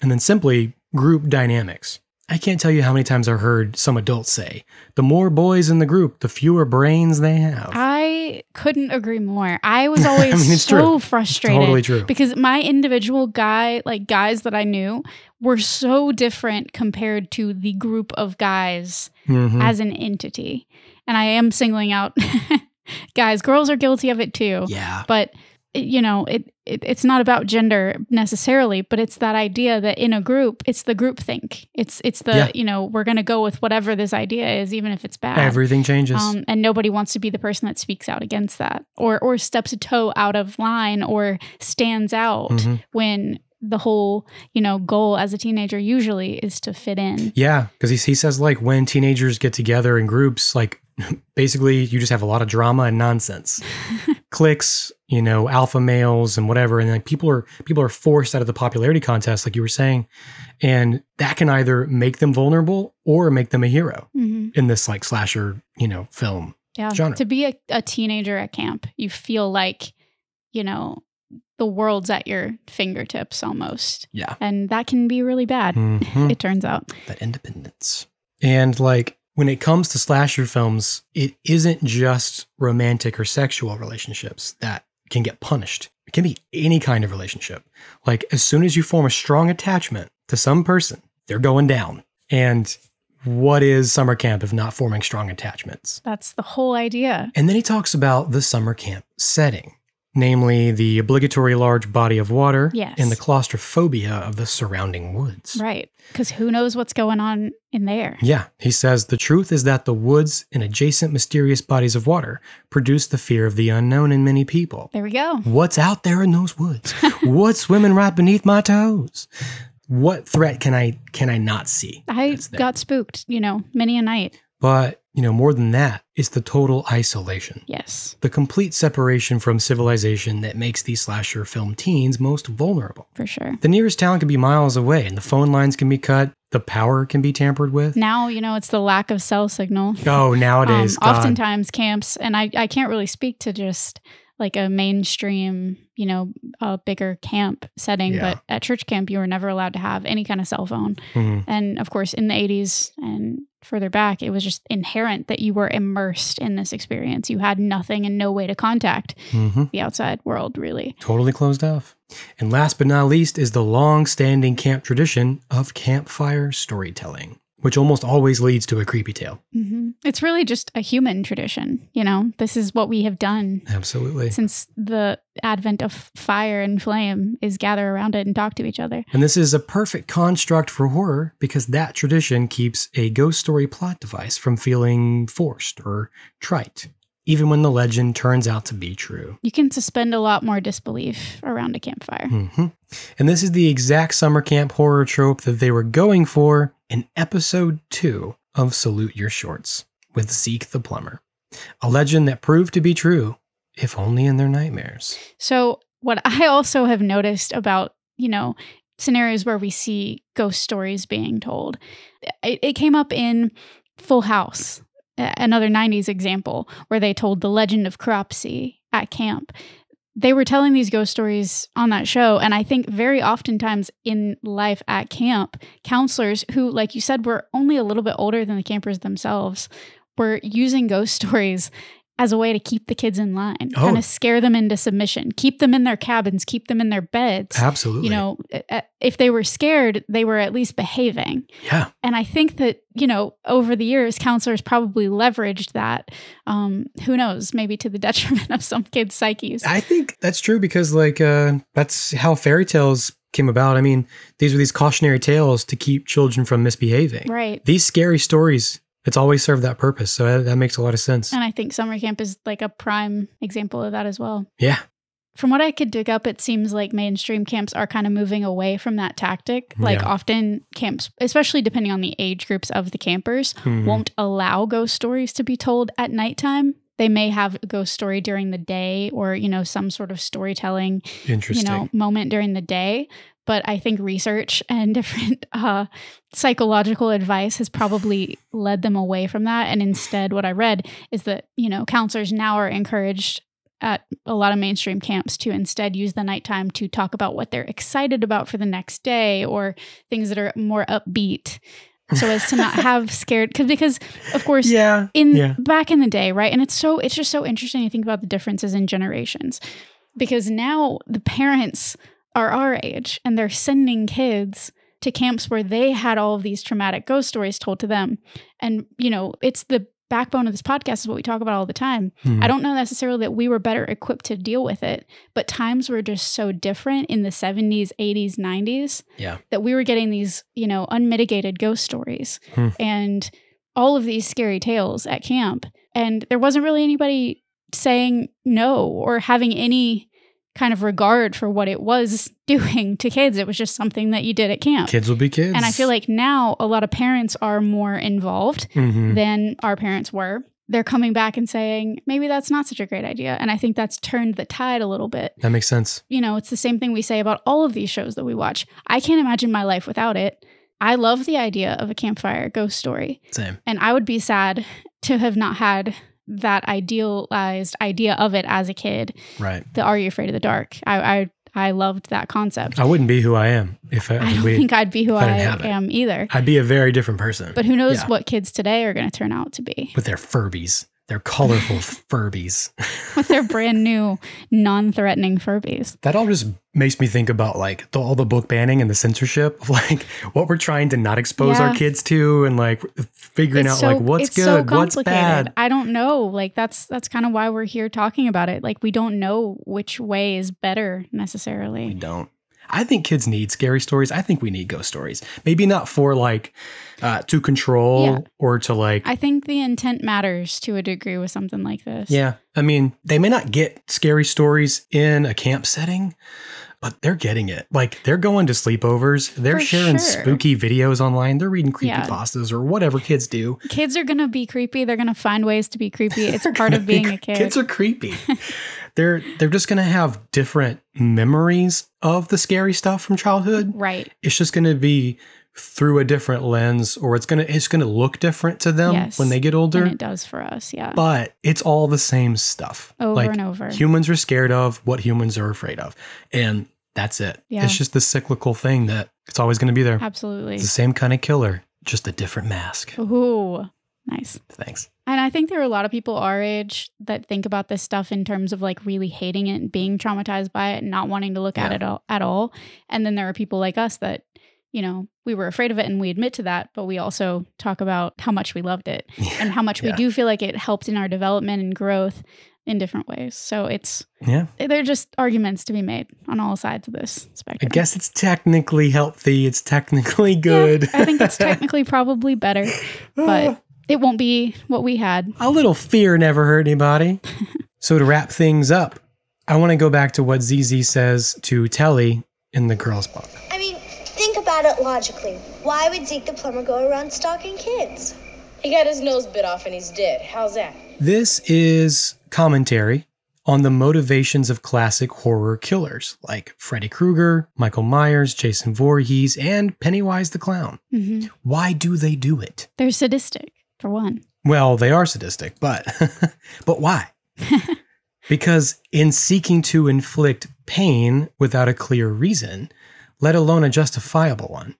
And then simply group dynamics. I can't tell you how many times I've heard some adults say, the more boys in the group, the fewer brains they have. I couldn't agree more. [LAUGHS] I was always I mean, it's so true. frustrated totally true. because my individual guy, like guys that I knew, were so different compared to the group of guys Mhm. as an entity. And I am singling out [LAUGHS] guys. Girls are guilty of it too. yeah. But it- you know, it, it it's not about gender necessarily, but it's that idea that in a group, it's the group think. It's it's the Yeah. you know we're gonna go with whatever this idea is, even if it's bad. Everything changes. Um, and nobody wants to be the person that speaks out against that or or steps a toe out of line or stands out Mhm. when the whole, you know, goal as a teenager usually is to fit in. Yeah, because he, he says like when teenagers get together in groups, like [LAUGHS] basically you just have a lot of drama and nonsense, cliques, you know, alpha males and whatever, and like people are people are forced out of the popularity contest, like you were saying, and that can either make them vulnerable or make them a hero Mm-hmm. in this like slasher, you know, film. Yeah. Genre. To be a, a teenager at camp, you feel like, you know, the world's at your fingertips almost. Yeah. And that can be really bad, Mhm. it turns out. that independence. And like when it comes to slasher films, it isn't just romantic or sexual relationships that can get punished. It can be any kind of relationship. Like as soon as you form a strong attachment to some person, They're going down. And what is summer camp if not forming strong attachments? That's the whole idea. And then he talks about the summer camp setting, namely the obligatory large body of water Yes. and the claustrophobia of the surrounding woods. Right. Because who knows what's going on in there? Yeah, he says the truth is that the woods and adjacent mysterious bodies of water produce the fear of the unknown in many people. There we go. What's out there in those [LAUGHS] woods? What's swimming right beneath my toes? What threat can I can I not see? I that's there? got spooked, you know, many a night. But, you know, more than that, it's the total isolation. Yes, the complete separation from civilization that makes these slasher film teens most vulnerable. for sure. The nearest town can be miles away, and the phone lines can be cut, the power can be tampered with. Now, you know, it's the lack of cell signal. Um, Oh, nowadays, God. oftentimes camps, and I, I can't really speak to just like a mainstream, you know, a bigger camp setting, Yeah. but at church camp, you were never allowed to have any kind of cell phone. Mhm. And of course, in the 80s and further back, it was just inherent that you were immersed in this experience. You had nothing and no way to contact Mhm. the outside world, really. Totally closed off. And last but not least is the long standing camp tradition of campfire storytelling, which almost always leads to a creepy tale. hmm It's really just a human tradition. You know, this is what we have done Absolutely. since the advent of fire and flame is gather around it and talk to each other. And this is a perfect construct for horror because that tradition keeps a ghost story plot device from feeling forced or trite, even when the legend turns out to be true. You can suspend a lot more disbelief around a campfire. hmm And this is the exact summer camp horror trope that they were going for in episode two of Salute Your Shorts with Zeke the Plumber, a legend that proved to be true, if only in their nightmares. So, what [LAUGHS] I also have noticed about, you know, scenarios where we see ghost stories being told, it, it came up in Full House, a- another 90s example, where they told the legend of Cropsey at camp. They were telling these ghost stories on that show. And I think very oftentimes in life at camp, counselors who, like you said, were only a little bit older than the campers themselves were using ghost [LAUGHS] stories as a way to keep the kids in line, Oh. kind of scare them into submission, keep them in their cabins, keep them in their beds. Absolutely. You know, uh, uh, if they were scared, they were at least behaving. yeah. And I think that, you know, over the years, counselors probably leveraged that. Um, who knows, maybe to the [LAUGHS] detriment of some kids' psyches. I think that's true because like uh that's how fairy tales came about. I mean, these were these cautionary tales to keep children from misbehaving. right. These scary stories, it's always served that purpose. So that, that makes a lot of sense. And I think summer camp is like a prime example of that as well. yeah. From what I could dig up, it seems like mainstream camps are kind of moving away from that tactic. Like Yeah. often camps, especially depending on the age groups of the campers, Mhm. won't allow ghost stories to be told at nighttime. They may have a ghost story during the day or, you know, some sort of storytelling you Interesting. know moment during the day but i think research and [LAUGHS] different uh, psychological advice has probably led them away from that and instead what i read is that you know counselors now are encouraged at a lot of mainstream camps to instead use the nighttime to talk about what they're excited about for the next day or things that are more upbeat so as to not have scared cause, because of course yeah. in yeah. back in the day, right? And it's so it's just so interesting to think about the differences in generations because now the parents are our age and they're sending kids to camps where they had all of these traumatic ghost stories told to them. And you know, it's the backbone of this podcast is what we talk about all the time. Mhm. I don't know necessarily that we were better equipped to deal with it, but times were just so different in the 70s, 80s, 90s Yeah. that we were getting these, you know, unmitigated ghost stories Hmm. and all of these scary tales at camp. And there wasn't really anybody saying no or having any kind of regard for what it was [LAUGHS] doing to kids. It was just something that you did at camp. Kids will be kids. And I feel like now a lot of parents are more involved Mhm. than our parents were. They're coming back and saying, maybe that's not such a great idea. And I think that's turned the tide a little bit. that makes sense. You know, it's the same thing we say about all of these shows that we watch. I can't imagine my life without it. I love the idea of a campfire ghost story. Same. And I would be sad [LAUGHS] to have not had that idealized idea of it as a kid. Right. The Are You Afraid of the Dark? I I, I loved that concept. I wouldn't be who I am if I, I don't we- think I'd be who I I, didn't have it. am either. I'd be a very different person. But who knows Yeah. what kids today are going to turn out to be. with their Furbies, They're [LAUGHS] colorful Furbies. with their brand new non-threatening Furbies. That all just makes me think about like the, all the book banning and the censorship of like what we're trying to not expose our Yeah. kids to and like figuring out like what's it's good, so what's complicated. bad. I don't know. Like that's that's kind of why we're here talking about it. Like we don't know which way is better We necessarily. don't. I think kids need scary stories. I think we need ghost stories. Maybe not for like uh, to control Yeah. or to like. I think the intent matters to a degree with something like this. yeah. I mean, they may not get scary stories in a camp setting, but they're getting it. Like they're going to sleepovers, they're For sharing sure. spooky videos online, they're reading creepy Yeah. pastas or whatever kids do. Kids are gonna be creepy. They're gonna find ways to [LAUGHS] be creepy. It's They're part gonna of be being a cre- kid. Kids are [LAUGHS] creepy. they're they're just gonna have different memories of the scary stuff from childhood. right. It's just gonna be through a different lens, or it's gonna it's gonna look different to them Yes. when they get older. And it does for us. Yeah. but it's all the same stuff. Over like and over. humans are scared of what humans are afraid of, and that's it. Yeah. It's just the cyclical thing that it's always gonna be there. Absolutely. It's the same kind of killer, just a different mask. Ooh. Nice. Thanks. And I think there are a lot of people our age that think about this stuff in terms of like really hating it and being traumatized by it and not wanting to look at Yeah. it all, at all. And then there are people like us that, you know, we were afraid of it and we admit to that, but we also talk about how much we loved it and how much Yeah. we do feel like it helped in our development and growth in different ways. So it's, Yeah. they're just arguments to be made on all sides of this [LAUGHS] I spectrum. guess it's technically healthy. It's technically good. Ah. I [LAUGHS] think it's technically probably better, but it won't be what we had. a little fear never hurt [LAUGHS] anybody. so to wrap things up, I want to go back to what ZZ says to Telly in the girls' book. I mean, think about it logically. Why would Zeke the plumber go around stalking kids? He got his nose bit off and he's dead. How's that? This is commentary on the motivations of classic horror killers like Freddy Krueger, Michael Myers, Jason Voorhees, and Pennywise the Clown. Mhm. Why do they do it? They're sadistic, for one. Well, they are sadistic, but [LAUGHS] but why? because in seeking to inflict pain without a clear reason, let alone a justifiable one,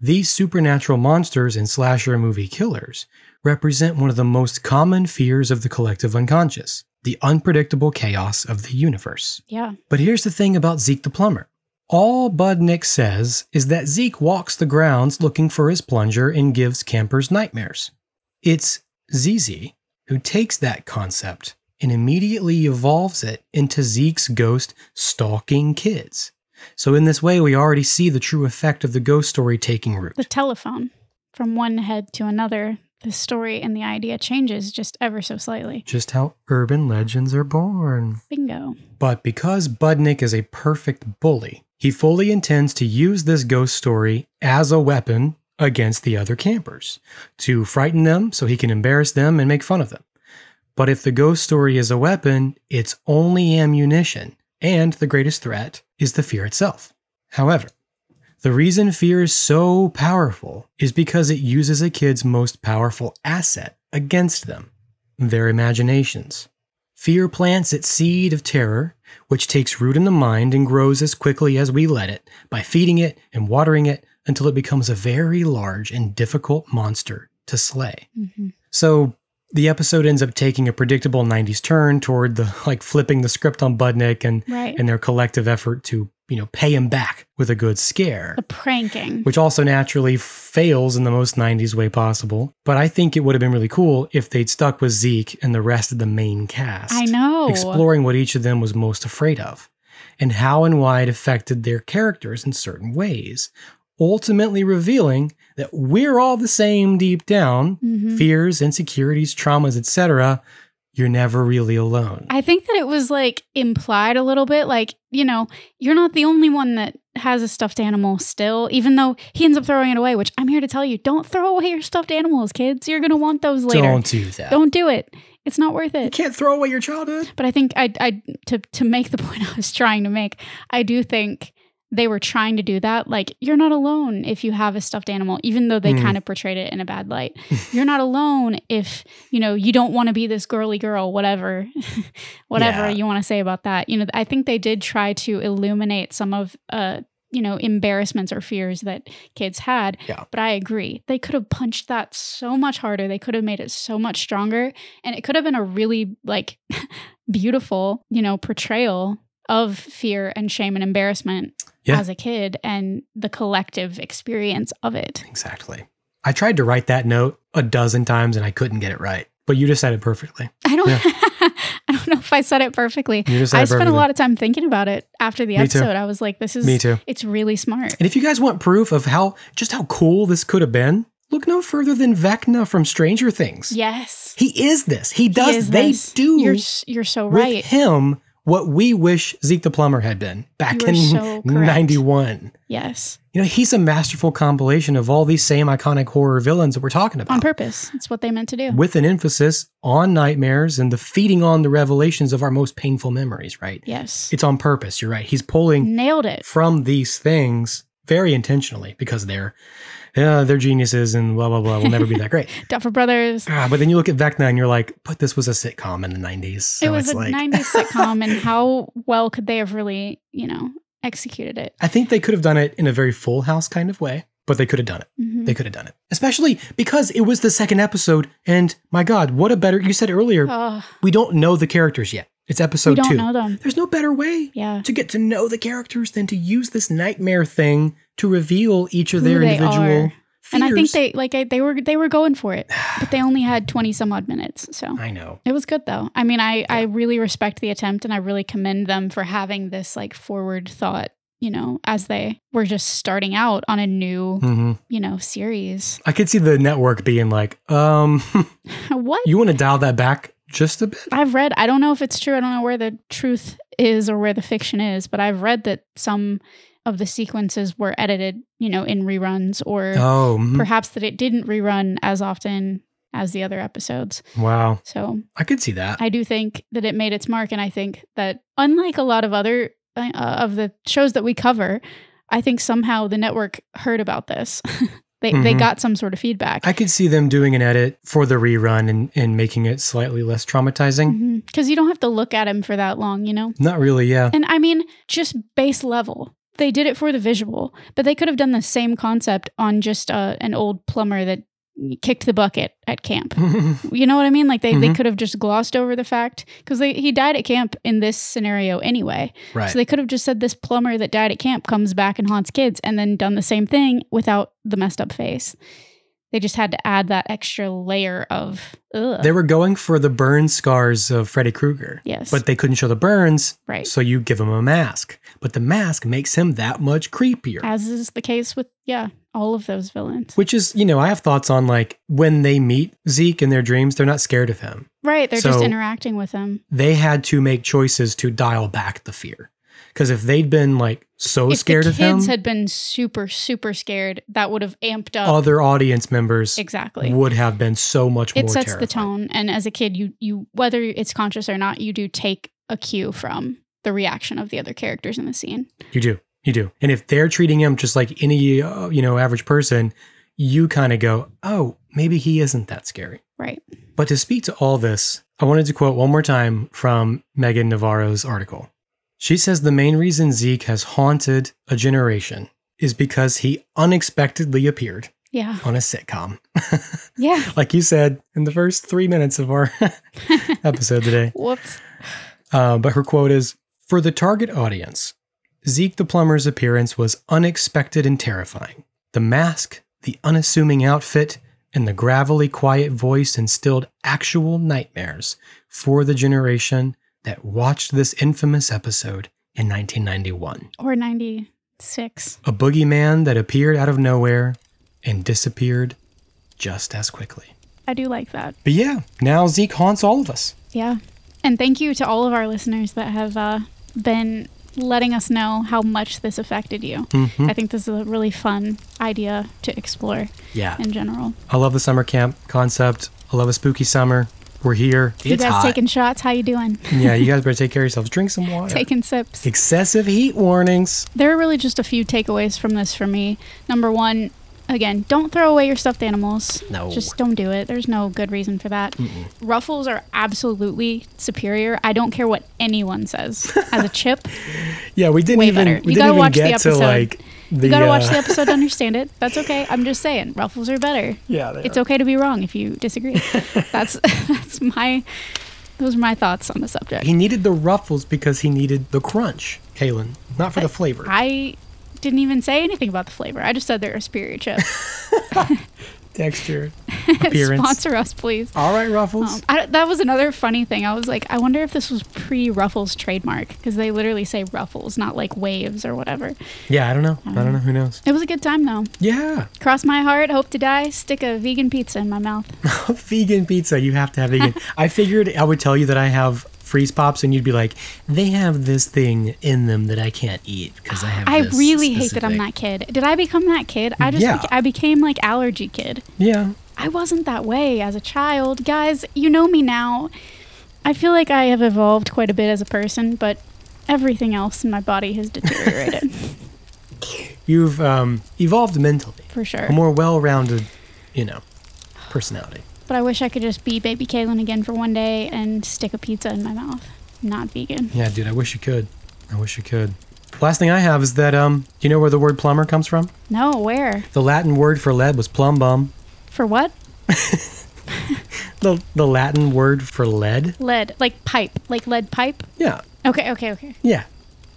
these supernatural monsters and slasher movie killers represent one of the most common fears of the collective unconscious, the unpredictable chaos of the universe. Yeah. But here's the thing about Zeke the plumber. All Bud Nick says is that Zeke walks the grounds looking for his plunger and gives campers nightmares. It's ZZ who takes that concept and immediately evolves it into Zeke's ghost stalking kids. So, in this way, we already see the true effect of the ghost story taking root. The telephone. From one head to another, the story and the idea changes just ever so slightly. Just how urban legends are born. Bingo. But because Budnick is a perfect bully, he fully intends to use this ghost story as a weapon against the other campers to frighten them so he can embarrass them and make fun of them. But if the ghost story is a weapon, it's only ammunition, and the greatest threat is the fear itself. However, the reason fear is so powerful is because it uses a kid's most powerful asset against them their imaginations. Fear plants its seed of terror, which takes root in the mind and grows as quickly as we let it, by feeding it and watering it until it becomes a very large and difficult monster to slay. Mhm. So the episode ends up taking a predictable 90s turn toward the like flipping the script on Budnick and Right. and their collective effort to, you know, pay him back with a good scare the pranking. which also naturally fails in the most 90s way possible. But I think it would have been really cool if they'd stuck with Zeke and the rest of the main cast. I know. Exploring what each of them was most afraid of and how and why it affected their characters in certain ways, ultimately revealing that we're all the same deep down Mhm. fears, insecurities, traumas, etc. You're never really alone. I think that it was like implied a little bit, like, you know, you're not the only one that has a stuffed animal still, even though he ends up throwing it away, which I'm here to tell you don't throw away your stuffed animals, kids. You're going to want those later. Don't do that. Don't do it. It's not worth you it. can't throw away your childhood. But I think I, I to to make the [LAUGHS] point I was trying to make, I do think they were trying to do that. Like you're not alone if you have a stuffed animal, even though they Hmm. kind of portrayed it in a bad light. you're not alone if you know you don't want to be this girly girl, whatever, [LAUGHS] whatever Yeah. you want to say about that. You know, I think they did try to illuminate some of uh you know, embarrassments or fears that kids had. Yeah. But I agree. They could have punched that so much harder. They could have made it so much stronger. And it could have been a really like [LAUGHS] beautiful, you know, portrayal of fear and shame and embarrassment Yeah. as a kid and the collective experience of it. Exactly. I tried to write that note a dozen times and I couldn't get it right, but you just said it perfectly. I don't Yeah. [LAUGHS] I don't know if I said it perfectly. You just said I it spent a perfectly. lot of time thinking about it after the Me too. episode. I was like, this is Me too. it's really smart. And if you guys want proof of how just how cool this could have been, look no further than Vecna from Stranger Things. Yes. He is this. He He does. is they this. do You're s- you're so with right. him what we wish Zeke the Plumber had been back You are in [LAUGHS] so correct. 91. Yes. You know, he's a masterful compilation of all these same iconic horror villains that we're talking about. On purpose. It's what they meant to do. With an emphasis on nightmares and the feeding on the revelations of our most painful memories, right? yes. It's on purpose. You're right. He's pulling Nailed it. from these things very intentionally because they're uh, they're geniuses and blah blah blah will never be that [LAUGHS] great. Duffer Brothers. Ah, but then you look at Vecna and you're like, but this was a sitcom in the 90s. So it was it's a like 90s [LAUGHS] sitcom and how well could they have really, you know, executed it? I think they could have done it in a very full house kind of way, but they could have done it. Mhm. They could have done it. Especially because it was the second episode and my god, what a better you said earlier, Ugh, we don't know the characters yet. It's episode Oh. Ah, we don't 2. know them. There's no better way Yeah. to get to know the characters than to use this nightmare thing to reveal each of Who their they individual are. And I think fears. they like I, they were they were going for it, but they only had 20 some odd minutes. So I know. it was good though. I mean, I I really respect the attempt and I really commend them for having this like forward thought, you know, as they were just starting out on a new, hmm you know, series. [LAUGHS] I could see the network being like, um, [LAUGHS] what? you want to dial that back just a bit? I've read, I don't know if it's true. I don't know where the truth is or where the fiction is, but I've read that some of the sequences were edited, you know, in reruns or Oh, mhm. perhaps that it didn't rerun as often as the other episodes. wow. So I could see that. I do think that it made its mark. And I think that unlike a lot of other uh, of the shows that we cover, I think somehow the network heard about this. [LAUGHS] they, they Mhm. got some sort of feedback. I could see them doing an edit for the rerun and, and making it slightly less traumatizing. Mhm. Cause you don't have to look at him for that long, you know? Not really, yeah. And I mean, just base level. They did it for the visual, but they could have done the same concept on just uh, an old plumber that kicked the bucket at camp. You know what I mean? Like they, they Mhm. could have just glossed over the fact because he died at camp in this scenario anyway. [LAUGHS] right. So they could have just said this plumber that died at camp comes back and haunts kids and then done the same thing without the messed up face. They just had to add that extra layer of ugh. they were going for the burn scars of Freddy Krueger, uh, yes, but they couldn't show the burns, right. so you give him a mask. But the mask makes him that much creepier. As is the case with yeah, all of those villains. which is, you know, I have thoughts on like when they meet Zeke in their dreams, they're not scared of him. Right. They're just So- interacting with him. They had to make choices to dial back the fear. Because if they'd been like so if scared the of him, kids had been super, super scared, that would have amped up. other audience members exactly. would have been so much more It sets the terrifying. tone. And as a kid, you you whether it's conscious or not, you do take a cue from the reaction of the other characters in the scene. You do. You do. And if they're treating him just like any, uh, you know, average person, you kind of go, oh, maybe he isn't that scary. Right. But to speak to all this, I wanted to quote one more time from Megan Navarro's article. She says the main reason Zeke has haunted a generation is because he unexpectedly appeared Yeah. on a sitcom. Yeah. like you said in the first three minutes of our [LAUGHS] episode today. Whoops. Uh, but her quote is For the target audience, Zeke the Plumber's appearance was unexpected and terrifying. The mask, the unassuming outfit, and the gravelly, quiet voice instilled actual nightmares for the generation that watched this infamous episode in 1991. Or ninety six. A boogeyman that appeared out of nowhere and disappeared just as quickly. I do like that. But yeah, now Zeke haunts all of us. Yeah. And thank you to all of our listeners that have uh, been letting us know how much this affected you. I think this is a really fun idea to explore Yeah. in general. I love the summer camp concept. I love a spooky summer. We're here. you guys taking shots? How you doing? yeah, [LAUGHS] you guys better take care of yourselves. Drink some water. taking sips. Excessive heat warnings. There are really just a few takeaways from this for me. Number one, Again, don't throw away your stuffed animals. No. Just don't do it. There's no good reason for that. Ruffles are absolutely superior. I don't care what anyone says. As a chip, Yeah, we didn't Way even. better. We didn't You gotta even watch the get to episode. like the. you gotta watch uh, the episode to understand it. That's okay. I'm just saying, ruffles are better. [LAUGHS] Yeah, they It's are. okay to be wrong if you [LAUGHS] disagree. that's [LAUGHS] that's my those are my thoughts on the subject. He needed the ruffles because he needed the crunch, Kaylin, not for the flavor. I didn't even say anything about the flavor. I just said they're a superior chip. Texture, [LAUGHS] appearance. [LAUGHS] Sponsor us, please. All right, ruffles. Um, I, that was another funny thing. I was like, I wonder if this was pre Ruffles trademark because they literally say Ruffles, not like waves or whatever. yeah, I don't know. I don't know. Who knows? It was a good time though. Yeah, Cross my heart, hope to die, stick a vegan pizza in my mouth. vegan pizza. You have to have [LAUGHS] vegan. I figured I would tell you that I have freeze pops, and you'd be like, "They have this thing in them that I can't eat because I have." I this really hate that I'm specific- that kid. Did I become that kid? I just Yeah. bec- I became like allergy kid. Yeah, I wasn't that way as a child. Guys, you know me now. I feel like I have evolved quite a bit as a person, but everything else in my body [LAUGHS] has deteriorated you've um, evolved mentally. for sure. a more well-rounded, you know, personality. But I wish I could just be baby Kaylin again for one day and stick a pizza in my mouth. Not vegan. Yeah, dude, I wish you could. I wish you could. Last thing I have is that um, do you know where the word plumber comes from? No, where? The Latin word for lead was plumbum. For what? The the Latin word for lead? Lead. Like pipe. Like lead pipe? Yeah. Okay, okay, okay. Yeah.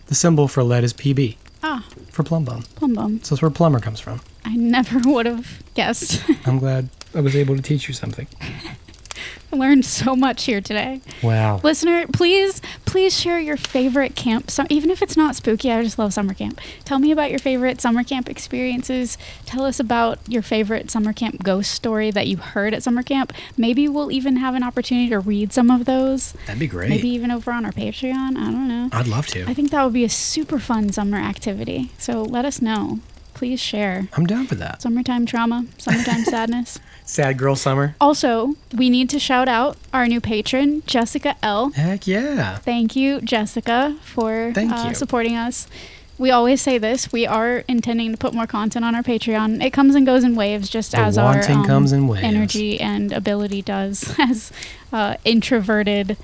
The symbol for lead is PB Ah, for plumbum. plum bum. So that's where plumber comes from. I never [LAUGHS] would have guessed. [LAUGHS] I'm glad I was able to teach you something. Learned so much here today. Wow. Listener, please, please share your favorite camp. So, even if it's not spooky, I just love summer camp. Tell me about your favorite summer camp experiences. Tell us about your favorite summer camp ghost story that you heard at summer camp. Maybe we'll even have an opportunity to read some of those. That'd be great. Maybe even over on our Patreon. I don't know. I'd love to. I think that would be a super fun summer activity. So let us know. Please share. I'm down for that. Summertime trauma, summertime [LAUGHS] sadness. Sad girl summer. Also, we need to shout out our new patron, Jessica L. Heck yeah. Thank you, Jessica, for Thank uh, you. supporting us. We always say this. We are intending to put more content on our Patreon. It comes and goes in waves, just as our um, wanting comes in waves. energy and ability does [LAUGHS] as uh, introverted,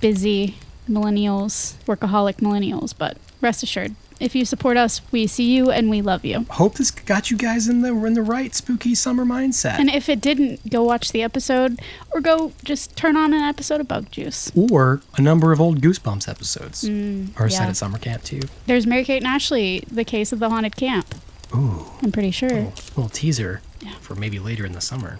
busy millennials, workaholic millennials. But rest assured, if you support us, we see you and we love you. Hope this got you guys in the in the right spooky summer mindset. And if it didn't, go watch the episode or go just turn on an episode of Bug Juice. Or a number of old Goosebumps episodes are set Mm, yeah. At at summer summer. camp too. There's Mary Kate and Ashley, the case of the haunted camp. Ooh. I'm pretty sure. Oh, Little teaser for maybe later in the summer.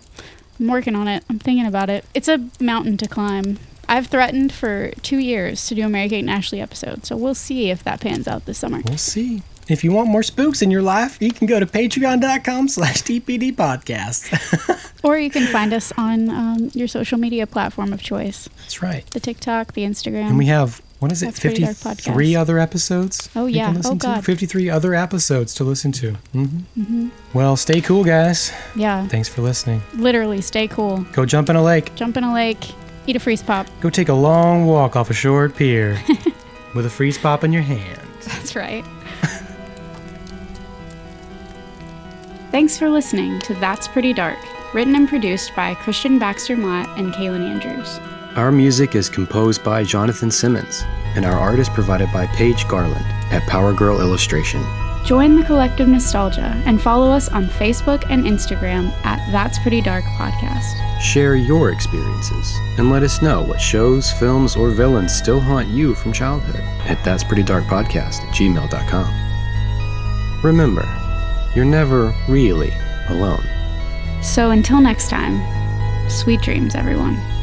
I'm working on it. I'm thinking about it. It's a mountain to climb. I've threatened for two years to do a Mary Kate and Ashley episode, so we'll see if that pans out this summer. We'll see. If you want more spooks in your life, you can go to patreon.com slash TPD podcast. [LAUGHS] Or you can find us on um, your social media platform of choice That's right. the TikTok, the Instagram. And we have what is it? Mm-hmm. That's Pretty Dark 53 Podcast. other episodes? Oh, you can yeah. Oh, listen To? God. Mm-hmm. 53 other episodes to listen to. hmm Well, stay cool, guys. yeah, Thanks for listening. literally stay cool. Go jump in a lake. Jump in a lake, eat a freeze pop. [LAUGHS] Go take a long walk off a short pier with a freeze pop in your hand. [LAUGHS] That's right. Thanks for listening to That's Pretty Dark, written and produced by Christian Baxter Mott and Kaylin Andrews. Our music is composed by Jonathan Simmons, and our art is provided by Paige Garland at Power Girl Illustration. Join the collective nostalgia and follow us on Facebook and Instagram at That's Pretty Dark Podcast. Share your experiences and let us know what shows, films, or villains still haunt you from childhood at That's Pretty Dark Podcast at gmail.com. Remember, you're never really alone. So until next time, sweet dreams, everyone.